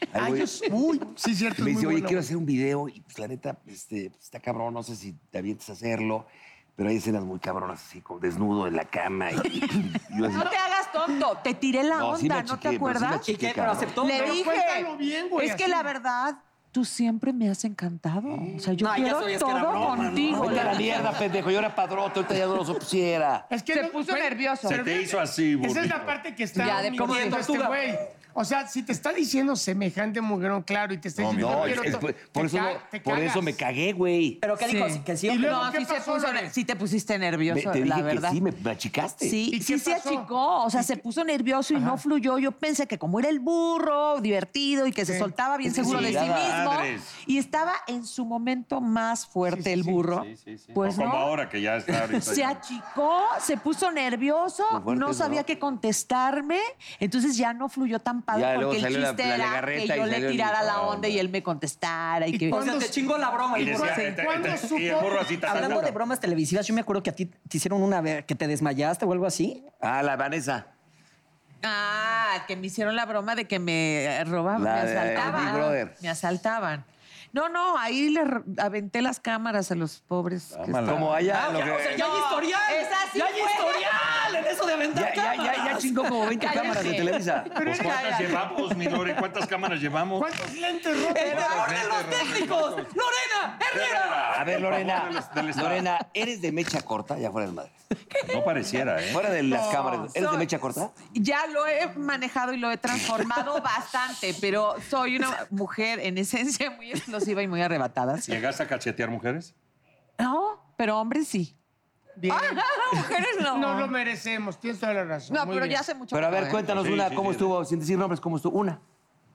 Ahí Ah, voy. yo su- Uy, sí, cierto. me es muy dice, oye, bueno". quiero hacer un video y pues la neta, este, pues, está cabrón, no sé si te avientes a hacerlo, pero hay escenas muy cabronas, así como desnudo en la cama. Y, y yo así, No te hagas tonto. Te tiré la No, onda, sí me ¿no achiqué, te pero sí me acuerdas? achiqué, ¿Y qué? ¿Pero cabrón. aceptó? Le Pero dije, cuéntalo bien, güey, es que así. la verdad, tú siempre me has encantado. O sea, yo No, ya quiero sabías que era todo broma, ¿no? contigo. Vete a la mierda, pendejo, yo era padrote, ahorita ya no lo supusiera. Es que Se puso güey, nervioso. pero Se te fíjate, hizo así, Esa es burrito. la parte que está Ya, de como de omitiendo este tortuga. güey. O sea, si te está diciendo semejante mugrón, claro, y te está No, diciendo... No, quiero es- es to- por, te por eso, ca- no- te por eso cagas. me cagué, güey. Pero ¿qué Sí. dijo? Que sí. o Y que luego, no? ¿qué sí, te pasó, puso, Lore? sí te pusiste Me- nervioso, te la dije verdad. que sí, me, me achicaste. Sí, ¿Y sí qué se pasó? achicó, o sea, se puso nervioso y no fluyó. Yo pensé que como era el burro, divertido y que se soltaba bien Es que seguro sí, de sí daba mismo madres. y estaba en su momento más fuerte el burro, pues No no, como ahora que ya está ahorita. se achicó, se puso nervioso, Muy pues, fuerte, no ¿no? sabía qué contestarme, entonces ya no fluyó tan padre Ya, luego porque el salió la- chiste la era que legarreta y yo le salió el- tirara la Ah, onda y no. él me contestara y que... O sea, te chingó la broma. Y el burro. decía, Sí. "Este- ¿Cuándo este-" supo? y el burro así ta, ta, ta, Hablando ta. de bromas televisivas, yo me acuerdo que a ti te hicieron una vez que te desmayaste o algo así. Ah, la Vanessa. Ah, que me hicieron la broma de que me eh, robaban, La me de Big asaltaban. Brother. Me asaltaban. No, no, ahí le r- aventé las cámaras a los pobres. que Tómala. Como allá. lo Ya, que- o sea, ya hay historial. esa sí ya hay fue. historial en eso de aventar ya, ya, ya, ya, cámaras. chingó como 20 Cállate. cámaras de Televisa. Pues, ¿Cuántas llevamos, mi Lore? ¿Cuántas cámaras llevamos? ¿Cuántos lentes rotos? El terror de los técnicos. Lorena Herrera. A ver, Por Lorena, favor, Ah, del- del Estado. Lorena, ¿eres de mecha corta? Ya fuera de madre. No pareciera, ¿eh? Fuera de las cámaras. ¿Eres de Soy- mecha corta? Ya lo he manejado y lo he transformado bastante, pero soy una mujer en esencia muy explosiva y muy arrebatada. sí. ¿Llegaste a cachetear mujeres? No, pero hombre sí. Bien. mujeres no. No lo merecemos, tienes toda la razón. Ah, No, Muy pero bien. ya hace mucho Pero a que no, ver, ¿eh? cuéntanos Sí, una, sí, ¿cómo sí. estuvo? Sin decir nombres, ¿cómo estuvo? Una.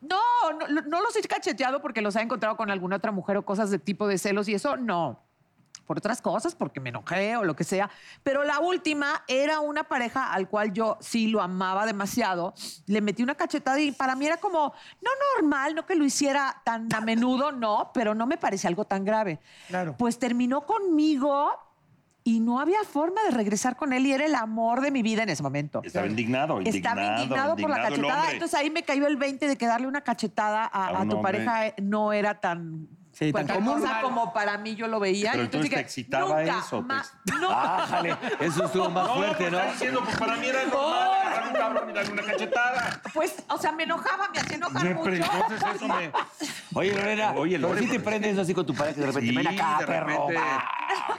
No, no, no los he cacheteado porque los he encontrado con alguna otra mujer o cosas de tipo de celos y eso, no. Por otras cosas, porque me enojé o lo que sea. Pero la última era una pareja al cual yo sí lo amaba demasiado. Le metí una cachetada y para mí era como, no normal, no que lo hiciera tan a menudo, no, pero no me parece algo tan grave. Claro. Pues terminó conmigo y no había forma de regresar con él y era el amor de mi vida en ese momento. Estaba indignado, indignado. Estaba indignado por la indignado el cachetada. hombre. Entonces ahí me cayó el 20 de que darle una cachetada a, A a un tu hombre. pareja eh, no era tan. Sí, tan cualquier común. cosa como para mí yo lo veía. Pero Y entonces entonces te dije, excitaba nunca eso, te Ah. más- No. Ájale, eso estuvo más No, fuerte, pues, ¿no? está diciendo, pues, para mí era normal agarrar un cabrón y darle una cachetada. Pues, o sea, me enojaba, me hacía enojar Pero mucho. entonces Pues eso me... Oye, Lorena, Oye, pero Lore, sí te pero- prendes así con tu pareja y de repente, Sí, ven acá, de perro. repente. va",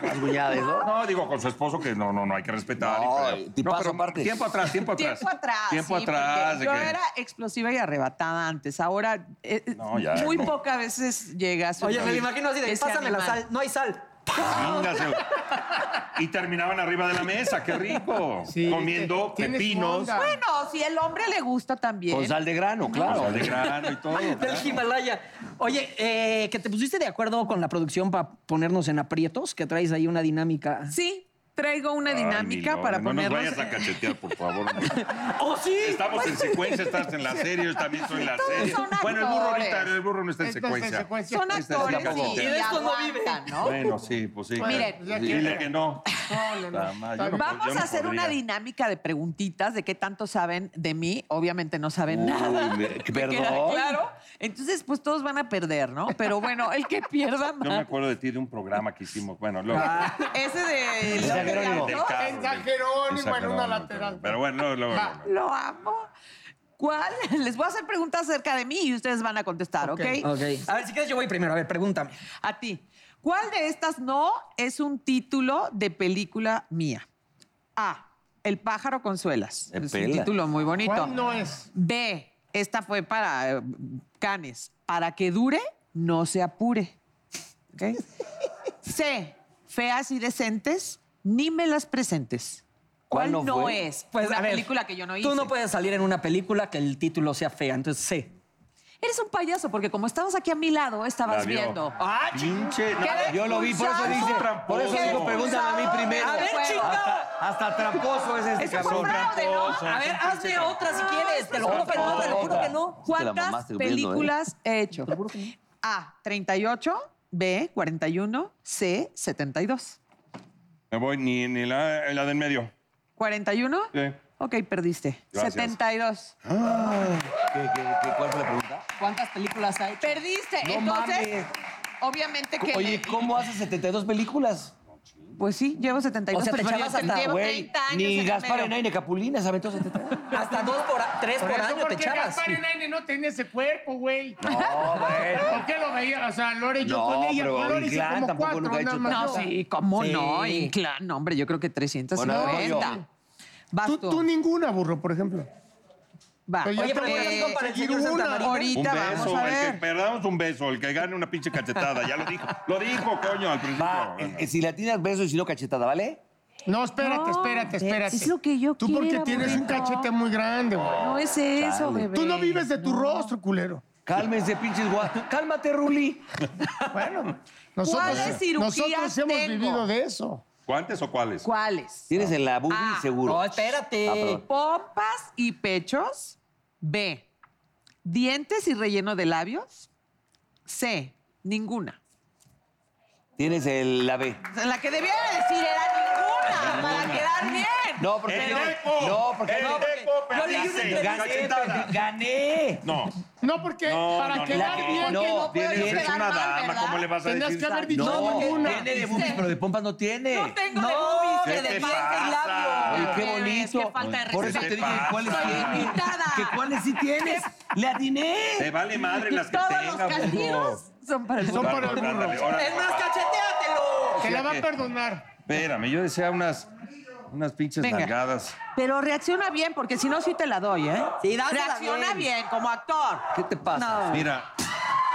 las cuñadas, ¿no? No, digo, con su esposo que no, no, no, hay que respetar. No, y- y tipazo aparte. Tiempo atrás, tiempo atrás. Tiempo atrás. Tiempo sí, porque atrás. de Yo que- era explosiva y arrebatada antes. Ahora, eh, eh, No, ya, muy no. pocas veces llegas. Oye, me lo imagino así de, Ese pásame la animal". sal. No hay sal. Chingase. Y terminaban arriba de la mesa, qué rico. Sí, Comiendo tienes pepinos. onda. Bueno, si el hombre le gusta también. Pues, Con sal de grano, o sea, claro. de grano y todo. claro. Del Himalaya. Oye, eh, que te pusiste de acuerdo con la producción para ponernos en aprietos, que traes ahí una dinámica. Sí, traigo una Ay, dinámica mi para Lore, No ponernos. nos vayas a cachetear, por favor. ¡Oh, sí! Estamos en secuencia, estás en la serie, yo también soy en la Todos serie. son Bueno, el burro actores. ahorita, el burro no está en Entonces, secuencia. secuencia. Son Esta es la actores y, cacheteada. y Y de esto no aguantan, ¿no? Bueno, sí, pues sí. Miren, claro. ya dile quiero. que no. No, no, no. La madre, yo Está no bien. Vamos yo no a hacer una podría. dinámica de preguntitas de qué tanto saben de mí. Obviamente no saben Uy, nada. me- ¿Me perdón. queda claro. Entonces, pues todos van a perder, ¿no? Pero bueno, el que pierda Yo me más. acuerdo de ti de un programa que hicimos. Bueno, luego. Ah, Ese de Ese López Jerónimo. Blanco, carro, En del- San Jerónimo, en San en una Jerónimo, lateral. Pero bueno, luego, luego, Va. luego. lo amo. ¿Cuál? Les voy a hacer preguntas acerca de mí y ustedes van a contestar, ¿ok? Ok. A ver, si quieres yo voy primero. A ver, pregúntame. A ti. ¿Cuál de estas no es un título de película mía? A. El pájaro consuelas. Me Es un pela. título muy bonito. ¿Cuál no es? B, esta fue para eh, Canes. Para que dure, no se apure. ¿Ok? C, feas y decentes, ni me las presentes. ¿Cuál ¿Cuál, no no, fue? es? Pues a una ver, película que yo no hice. Tú no puedes salir en una película que el título sea fea, entonces sí. Eres un payaso porque como estabas aquí a mi lado, La estabas vio. viendo. ¡Ah, pinche! no, Queda Yo lo vi, por eso expulsado. dice, por eso Queda digo, pregúntame a mí expulsado primero. de A ver, juego. chingado. Hasta tramposo es este Eso fue cabrón. fraude, ¿no? A ver, hazme otra si quieres. Te lo juro que no, te lo juro que no. Te la ¿Cuántas mamaste viendo, ¿eh? películas he hecho? A, 38, B, 41, C, 72. Me voy ni, ni la, la del medio. ¿41? Sí. Ok, perdiste. Gracias. 72. ¿Qué, qué, qué, cuál fue la pregunta? ¿Cuántas películas hay? Perdiste. No Entonces, mames. obviamente que. Oye, ¿cómo haces 72 películas? Pues sí, llevo 72 O sea, te pero echabas llevo- hasta- llevo Güey, 30 años. en ni el Gaspar medio. Enaine Capulina se aventó 72. Hasta dos por a- tres por, Por eso, año te porque echabas. Gaspar Enaine no tenía ese cuerpo, güey. No, bueno. ¿Por qué lo veía? O sea, Lore, yo No, con ella, pero con Lore hice Inclán como tampoco cuatro, nunca ha nada hecho más. No, yo. sí, cómo Sí. no. En clan, no, hombre, yo creo que 350. Bueno, voy Vas Tú, tú. tú ninguna, burro, por ejemplo. Va. Pero ya Oye, pero te voy a ¿cuántas son para el conseguir señor Santa una. María? Un Ahorita vamos beso, a el que ver. perdamos un beso, el que gane una pinche cachetada, ya lo dijo. Lo dijo, coño, al principio. Va, Bueno. eh, si le atinas beso y si no cachetada, ¿vale? No, espérate, espérate, espérate. es lo que yo Tú porque quiero, tienes un burrito. cachete muy grande, güey. No es eso, Chale. bebé. Tú no vives de tu rostro, culero. Cálmense, pinches guapos. Cálmate, Ruli. Bueno, nosotros, eh, ¿Cuáles cirugías nosotros hemos tengo? vivido de eso. ¿Cuántas o cuáles? ¿Cuáles? Tienes en la bubi Ah, seguro. No, espérate. Ah, perdón. pompas y pechos. B, dientes y relleno de labios. C, ninguna. Tienes el, la B. O sea, La que debía de decir era ninguna, para quedar bien. No, porque ¡El no. eco! No, porque ¡El no. eco, yo le hice perdiste! una ¡Cachetada! ¡Gané! No, No, porque No, para no, quedar no, bien, no, que no, no puedes tienes, eres quedar una mal, dama, ¿verdad? ¿cómo le vas a Tenías decir? que haber dicho No, ninguna. tiene de boobies, pero de pompas no tiene. No tengo No, de boobies, ¿qué de te dientes pasa? y labios. Oye, qué Ves, bonito. Qué falta de Por eso respeto. te dije pasa? cuáles Soy tienes. invitada. Que cuáles sí tienes. ¡Le te atiné! vale madre las que Todos tengas. los castigos son para el Son burro. para el Ándale, burro. órale, Es más, papá. cacheteatelo. Te la va que- a perdonar. Espérame, yo decía unas, unas pinches Venga. nalgadas. Pero reacciona bien, porque si no, sí te la doy, ¿eh? Sí, dásela Reacciona bien. bien como actor. ¿Qué te pasa? Mira,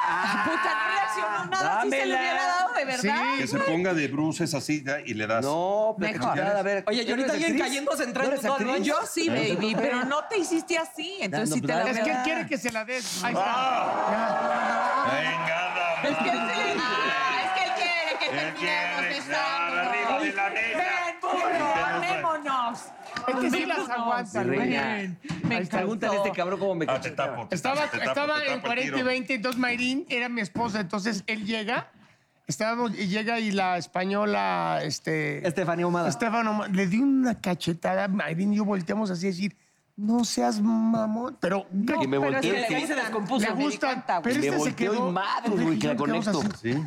Ah, Puta, no emocionó nada, si se le Dámela. hubiera dado de verdad. Que se ponga de bruces así ya, y le das. No, platica, Mejor. a ver. Oye, y ¿tú ahorita eres alguien actriz? cayéndose entrando ¿No eres todo el actriz? Yo sí, baby, pero no te hiciste así, entonces No, sí te pues, la Es voy a que él dar. quiere que se la des. Ahí está. Venga, dama. Es que él sí. Ah, es que él quiere que Él terminemos quiere, besándonos. claro, arriba de la mesa. Ven, burro, amémonos. Es que Pues sí las Vámonos. aguanta, Mi ¿no? reina. Ven, Me Pregúntale a encantó. este cabrón cómo me Ah, te tapo. te Estaba, tapo, te tapo, estaba te tapo en el 40 y tiro. 20, entonces Mayrín era mi esposa, entonces él llega, estábamos, y llega y la española, este... Estefanía Humada. Estefano, Ma- le di una cachetada, Mayrín y yo volteamos así a decir, no seas mamón, pero... No, Que me Pero volteé. es que que- le descompuso. le gusta, pero que me este se volteó quedó... y madre, güey, que la Quedamos conecto. así. Sí.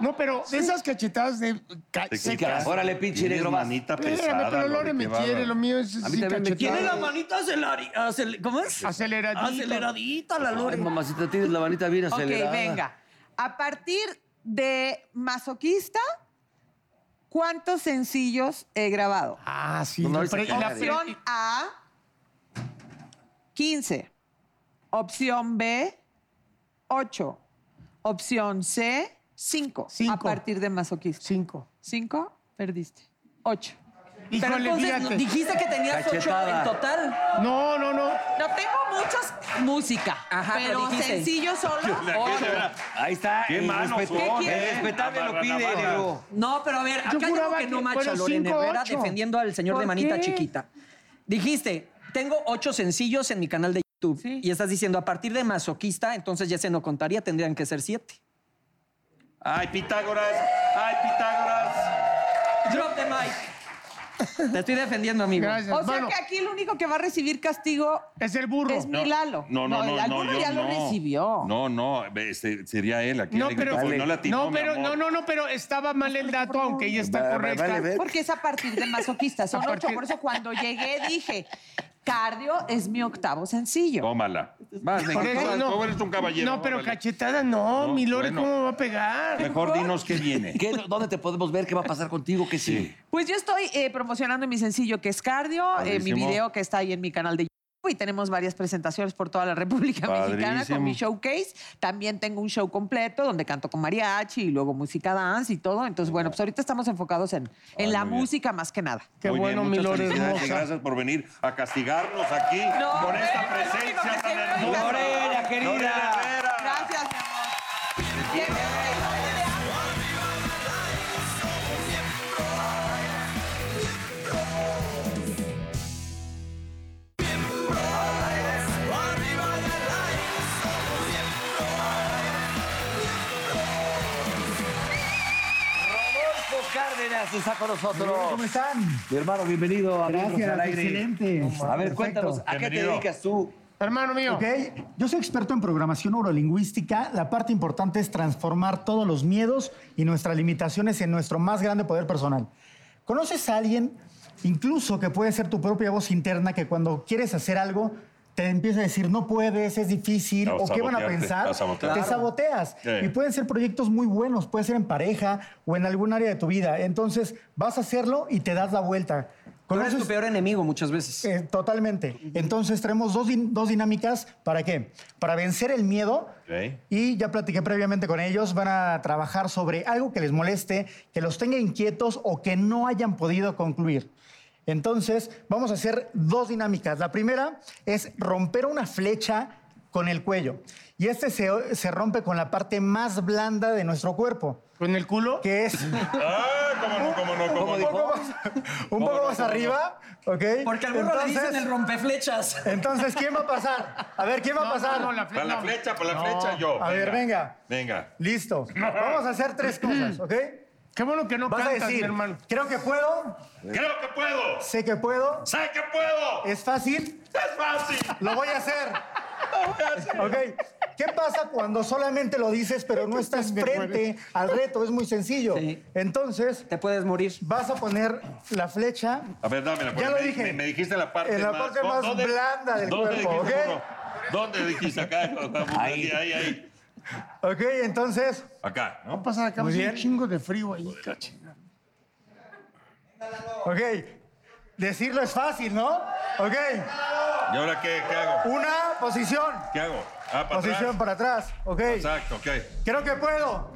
No, pero de esas cachetadas de... ca- Te secas. quitas. Órale, pinche Tienes negro, vas. manita Espérame, pesada. pero Lore, Lore qué me bárbaro. quiere, lo mío es A mí también así me cachetada. quiere. Tiene la manita acelari- acel- ¿cómo es? Aceleradito. Aceleradita la Ay, Lore. mamacita, tienes la manita bien Ok, acelerada. venga. A partir de masoquista, ¿cuántos sencillos he grabado? Ah, sí. No, no, la ahorita pre- que la haga pre- Opción A, 15. Opción B, 8. Opción C, 5. A Cinco. partir de masoquista. Cinco. 5, perdiste. 8. Híjole, Entonces, fíjate. dijiste que tenías ocho Cachetada. en total. No, no, no. No tengo muchos música, Ajá, pero pero dijiste. sencillo solo. Aquí, de oro. veras, Ahí está. Qué el manos respeto. son, El ¿eh? respetable lo Navarra, pide, Navarra. negro. No, pero a ver, acá hay juraba algo que que no macha fueron Lorena cinco, Herrera ocho. defendiendo al señor de ¿Por manita qué? chiquita. Dijiste, tengo ocho sencillos en mi canal de YouTube. Sí. Y estás diciendo, a partir de masoquista, entonces ya se no contaría, tendrían que ser siete. Ay, Pitágoras. Ay, Pitágoras. Drop the mic. Te estoy defendiendo, amigo. Gracias. O sea Bueno, que aquí el único que va a recibir castigo es el burro. es mi Lalo. No, no, no. Alguno no, ya yo lo no. recibió. No, no. este, sería él aquí. No, le pero, gritó, porque no la atinó, no, mi pero, amor. no, no, no, pero estaba mal el dato, aunque ella está Va- va- correcta. vale, ve. Porque es a partir de masoquista. Son A ocho. partir- Por eso cuando llegué dije, cardio es mi octavo sencillo. Tómala. Vas, Por eso, negro. Tú eres un caballero. No, pero órale. cachetada no, No, mi Lore, bueno. ¿cómo va a pegar? Mejor dinos qué viene. ¿Qué- ¿Dónde te podemos ver? ¿Qué va a pasar contigo? ¿Qué sigue? Pues yo estoy eh, promocionando mi sencillo que es cardio, eh, mi Padrísimo. video que está ahí en mi canal de YouTube y tenemos varias presentaciones por toda la República Mexicana con Padrísimo. mi showcase. También tengo un show completo donde canto con mariachi y luego música dance y todo. Entonces, bueno, pues ahorita estamos enfocados en, en Ay, la muy bien. música más que nada. Qué Muy bien, bueno, mi muchas Lore felicidades y hermosa. Gracias por venir a castigarnos aquí con esta hombre, es lo único presencia que tan se ve hoy. hermosa. Lorena, querida. Lorena Herrera. Gracias, mi amor. Bienvenido. Rodolfo Cárdenas está con nosotros. ¿Cómo están? Mi hermano, bienvenido. a Amigos Gracias, al Aire. A excelente. ver, Perfecto. cuéntanos, ¿a qué te Bienvenido. dedicas tú? Hermano mío. Ok, yo soy experto en programación neurolingüística. La parte importante es transformar todos los miedos y nuestras limitaciones en nuestro más grande poder personal. ¿Conoces a alguien, incluso que puede ser tu propia voz interna, que cuando quieres hacer algo te empieza a decir no puedes, es difícil, A o qué van a sabotearte, pensar? a sabotearte. Te saboteas. Sí. Y pueden ser proyectos muy buenos, puede ser en pareja o en algún área de tu vida. Entonces vas a hacerlo y te das la vuelta. Tú eres tu peor enemigo muchas veces. Eh, totalmente. Entonces tenemos dos, din- dos dinámicas. ¿Para qué? Para vencer el miedo. Ok. Y ya platiqué previamente con ellos. Van a trabajar sobre algo que les moleste, que los tenga inquietos o que no hayan podido concluir. Entonces vamos a hacer dos dinámicas. La primera es romper una flecha con el cuello. Y este se, se rompe con la parte más blanda de nuestro cuerpo, ¿Con el culo? que es Ah, cómo no, cómo no, cómo un no. poco más, un poco más arriba, ¿ok? Porque al burro le dicen Entonces- el rompeflechas. entonces, ¿quién va a pasar? A ver, ¿quién va a pasar? No, no, la fle- Para la no. flecha, para la flecha yo. A ver, venga. Venga. Listo. Vamos a hacer tres cosas, ¿ok? Qué bueno que no Vas a cantas, mi decir, hermano. creo que puedo, Creo que puedo. sé que puedo, Sé que puedo. es fácil, Es fácil. lo voy a hacer. ¿Ok? ¿Qué pasa cuando solamente lo dices pero no estás frente al reto? Es muy sencillo. Sí. Entonces, Te puedes morir. vas a poner la flecha A ver, dámela. porque Ya lo me- dije. Me, me dijiste la parte En la más... parte ¿Dó- más blanda del dónde cuerpo, dijiste, ¿ok? burro? ¿Dónde dijiste acá? Ahí, ahí, ahí. ¿Ok? Entonces, Acá, Va a ¿no? pasar acá, Muy hace un bien. chingo de frío ahí. ¿ok? Decirlo es fácil, ¿no? ¿Ok? ¿Y ahora qué, qué hago? Una posición. ¿Qué hago? Ah, para Posición atrás. para atrás. Ok. Exacto, ok. Creo que puedo.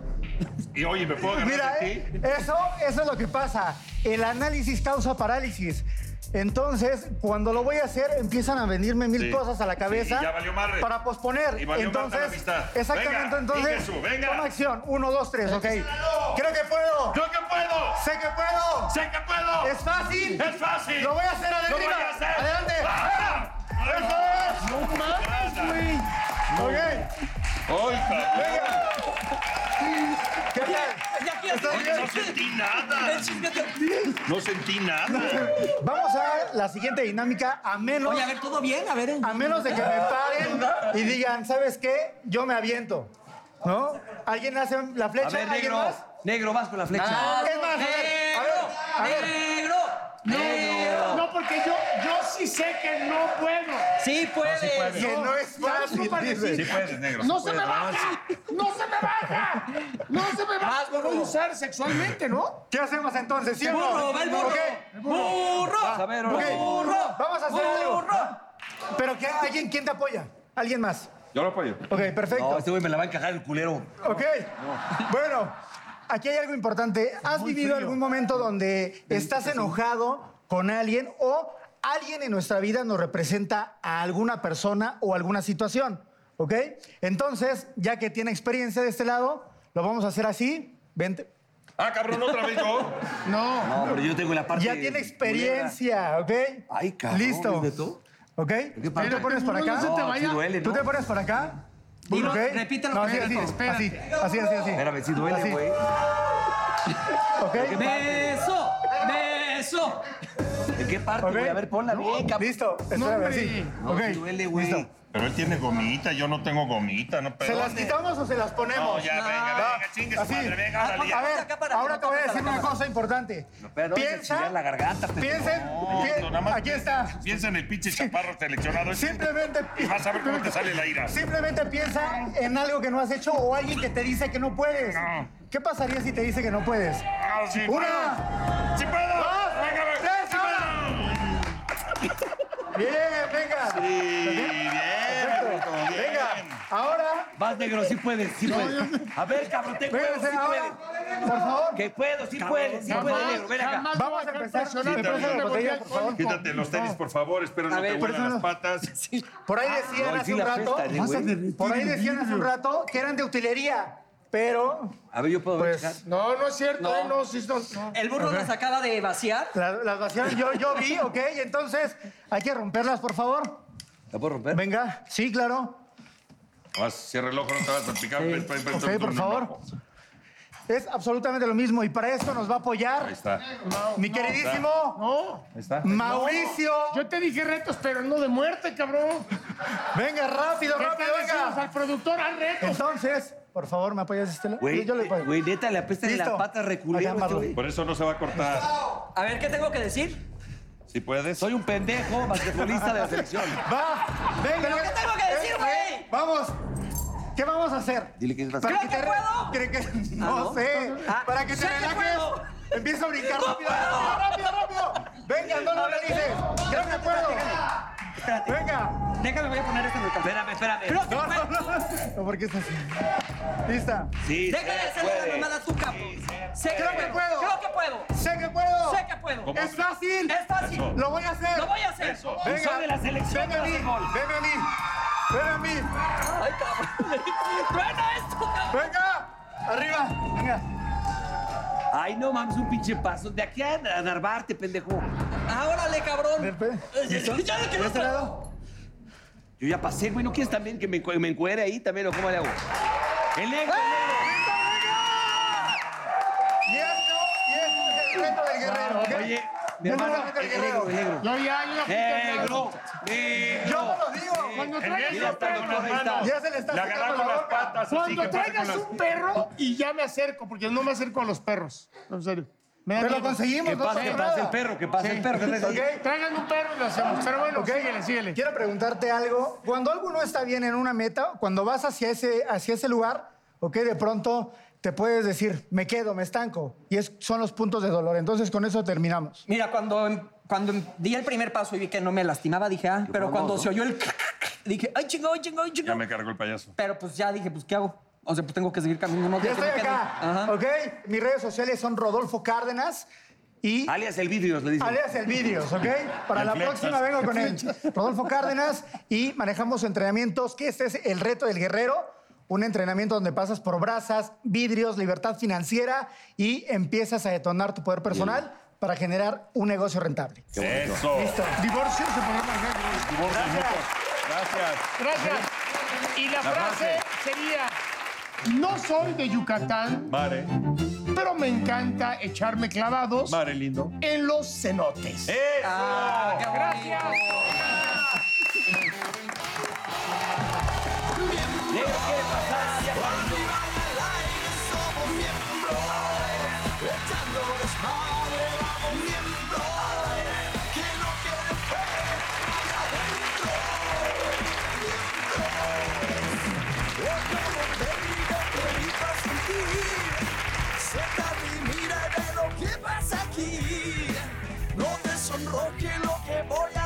Y oye, ¿me puedo agarrar Mira, de ti? eh, eso, eso es lo que pasa. El análisis causa parálisis. Entonces, cuando lo voy a hacer, empiezan a venirme mil Sí. cosas a la Sí, cabeza y ya valió madre. para posponer. Y valió madre entonces, la amistad. exactamente, Venga, entonces, Ingesu, venga. toma acción. Uno, dos, tres, ok. Creo que puedo. ¡Creo que puedo! Sé que puedo. ¡Sé que puedo! Es fácil. ¡Es fácil! Lo voy a hacer, ¡Lo voy Adriana. a hacer! Adelante. ¡Ah! Eso es. No mames, güey. Ok. ¡Ay, cabrón! Venga. ¿Qué tal? Ya quiero Está bien. No sentí nada. el chisme te- No sentí nada. Vamos a la siguiente dinámica a menos Oye, a ver, ¿todo bien? A ver. A menos de que me paren y digan, ¿sabes qué? Yo me aviento. ¿No? ¿Alguien hace la A flecha? ver, ¿Alguien negro. más? Ah, Negro, vas con la flecha. Es más, a ver, a ver, a ver. ¡Negro! ¡Negro! No, porque yo, yo sí sé que no puedo. Sí puedes. Que no es fácil, dice. Sí puedes, negro. No sí se me puedes. baja, no se me baja, no se me baja. Vas, Lo voy a burro. usar sexualmente, ¿no? ¿Qué hacemos entonces? ¿Sí o no? ¡Burro, va el burro! Ok, ¡Burro! a ver, ahora. ok. ¡Burro! Vamos a hacer algo. ¡Burro! Pero que alguien, ¿quién te apoya? ¿Alguien más? Yo lo apoyo. Ok, perfecto. No, este güey me la va a encajar el culero. Ok. Bueno, aquí hay algo importante. ¿Has vivido algún momento donde estás enojado con alguien o alguien en nuestra vida nos representa a alguna persona o alguna situación? ¿Ok? Entonces, ya que tiene experiencia de este lado, lo vamos a hacer así. Vente. Ah, cabrón, otra vez yo. No. No, pero yo tengo la parte. Ya tiene experiencia, ¿ok? Ay, cabrón, Listo. ¿es ¿Ok? ¿Tú te pones para acá? No se te vaya. sí duele, ¿Tú ¿no? te pones para acá? Dilo, ¿Ok? repítelo No, así, así, completo. así, así, así, así. Espérame, sí duele, Así, güey. ¿Ok? ¡Beso! ¡Beso! ¿En qué parte, Ok. güey? A ver, ponla bien, cabrón. Listo, espérame, hombre. así. No, ok, sí duele, güey. listo. Pero él tiene gomita, yo no tengo gomita, no ¿Se perdón. las quitamos o se las ponemos? No, ya, venga, venga, chingue su Así. madre, venga, Ah, órale, A ya. ver, Acá para ahora que te no voy a tapas decir la una cámara. cosa importante. Pero Piensa, Piensa. la garganta. este piensen, No, pien- no, nada más aquí piensa- está. Piensa en el pinche chaparro seleccionado. ese. Simplemente... Y vas a ver cómo te sale la ira. Simplemente piensa en algo que no has hecho o alguien que te dice que no puedes. No. ¿Qué pasaría si te dice que no puedes? Ah, sí, Una. puedo. ¡Sí puedo! Dos, ¡Venga, venga! tres, ¡Sí puedo! Bien, venga. Sí, bien, Perfecto. Rico, bien. Venga, ahora... Vas, negro, sí puedes, sí puedes. A ver, cabrón, te puedo, sí véngase, puedes. ahora, por favor. Que puedo, sí puedes, sí puedes, negro. Ven acá. jamás Vamos voy a empezar. presionar, ¿Me pero prestas yo la me volví botella, por favor? alcohólico. Quítate los tenis, por favor. Espero no ver, te vuelan las perdón. patas. Por ahí decían No, y Ah, sí hace un la rato, apesta, eh, güey. por ahí decían hace un rato que eran de utilería, pero A ver, yo puedo ver, pues No, no es cierto, No. eh, no, sí, no, no. El burro nos acaba de vaciar. la- las, vaciaron, yo, yo vi, ok, entonces hay que romperlas, por favor. ¿La puedo romper? Venga, sí, claro. Vas, cierra el ojo, no te vas a picar. ven, ven, ven, Ok, ven, por ven, favor. Es absolutamente lo mismo y para esto nos va a Ahí apoyar está. mi queridísimo No, Mauricio. yo te dije retos, pero no de muerte, cabrón. Venga, rápido, ¿Qué rápido, tal decimos venga. al productor al reto? Entonces, por favor, ¿me apoyas, Estela? Güey, Yo le apoyo. güey, neta, le apestan en Listo. la pata Acá, reculero. este Marlon. güey. Por eso no se va a cortar. A ver, ¿qué tengo que decir? Si puedes. Soy un pendejo basquetbolista de la selección. Va, venga. ¿Pero qué tengo que decir, Eh, güey? eh, Vamos. ¿Qué vamos a hacer? Dile que es Para ¿Creo que te puedo? ¿Cree que- No, ¿no? sé. Ah, para que sé te que relajes. puedo. Empieza a brincar ¡No rápido, puedo! rápido, rápido, rápido. Venga, no lo analices. Creo que puedo. Espérate. Venga. Déjame, voy a poner esto en el café. Espérame, espérame. Creo que No, no, puedo. no. No, porque es así. Lista. Sí, Deja de se hacerle la puede. mamada a tu capo. Sé Creo que puedo. Creo que puedo. Sé que puedo. Sé que puedo. ¿Cómo? Es fácil. Es fácil. Eso. Lo voy a hacer. Lo voy a hacer. Eso. Venga. Soy de la selección, Ven a no mí. hace gol. Ven a mí. Ven a mí. Ay, cabrón. Truena esto, cabrón. Venga. Arriba. Venga. Ay, no mames, un pinche paso. De aquí a a Narvarte, pendejo. Ah, órale, Ven, cabrón. ven. ¿Listo? Ya lo ¿De este quería- lado? Yo ya pasé, güey. ¿No quieres también que me, encue- me encuere ahí también o cómo le hago? ¡El negro! Y esto, y esto es el reto del guerrero, ¿ok? Oye, mi Yo no hermano, lo meto al el negro, el negro. Yo ya, yo ya fui Eh, ¡Negro! campeón. ¡Negro! Yo no lo digo. Cuando El traigas negro un está perro, con las manos. Ya se le está Le secando agarra con la las boca. patas. así Cuando que parece traigas con las- un perro y ya me acerco, porque no me acerco a los perros. No, En serio. Me da Pero lo miedo. conseguimos, Que no pase, pasa que nada. pase el perro, que pase el perro. ¿qué traes ahí? ¿Ok? Traigan un perro y lo hacemos. Pero bueno, síguele, síguele. Quiero preguntarte algo. Cuando algo no está bien en una meta, cuando vas hacia ese, hacia ese lugar, ¿ok? De pronto te puedes decir, me quedo, me estanco. Y es, son los puntos de dolor. Entonces, con eso terminamos. Mira, cuando, cuando di el primer paso y vi que no me lastimaba, dije, ah, pero cuando se oyó el... Dije, ay, chingado, ay, chingado, ay, Ya chingado. me cargó el payaso. Pero pues ya dije, pues, ¿qué hago? O sea, pues tengo que seguir caminando. no Ya creo que estoy me quede. acá, Ajá. ¿ok? Mis redes sociales son Rodolfo Cárdenas y Alias el vídeos, le dicen. Alias el Vídeos, ¿ok? Para la flechas. próxima vengo con él. Rodolfo Cárdenas y manejamos entrenamientos, que este es el reto del guerrero, un entrenamiento donde pasas por brasas, vidrios, libertad financiera y empiezas a detonar tu poder personal para generar un negocio rentable. Eso. Listo. Divorcio se podrá manejar. Divorcios mutuos. Gracias. Gracias. Y la, frase, sería: No soy de Yucatán, Mare, pero me encanta echarme clavados mare lindo. en los cenotes. ¡Eso! Gracias. Siéntate y mira de lo que pasa aquí. No te sonrojes lo que voy a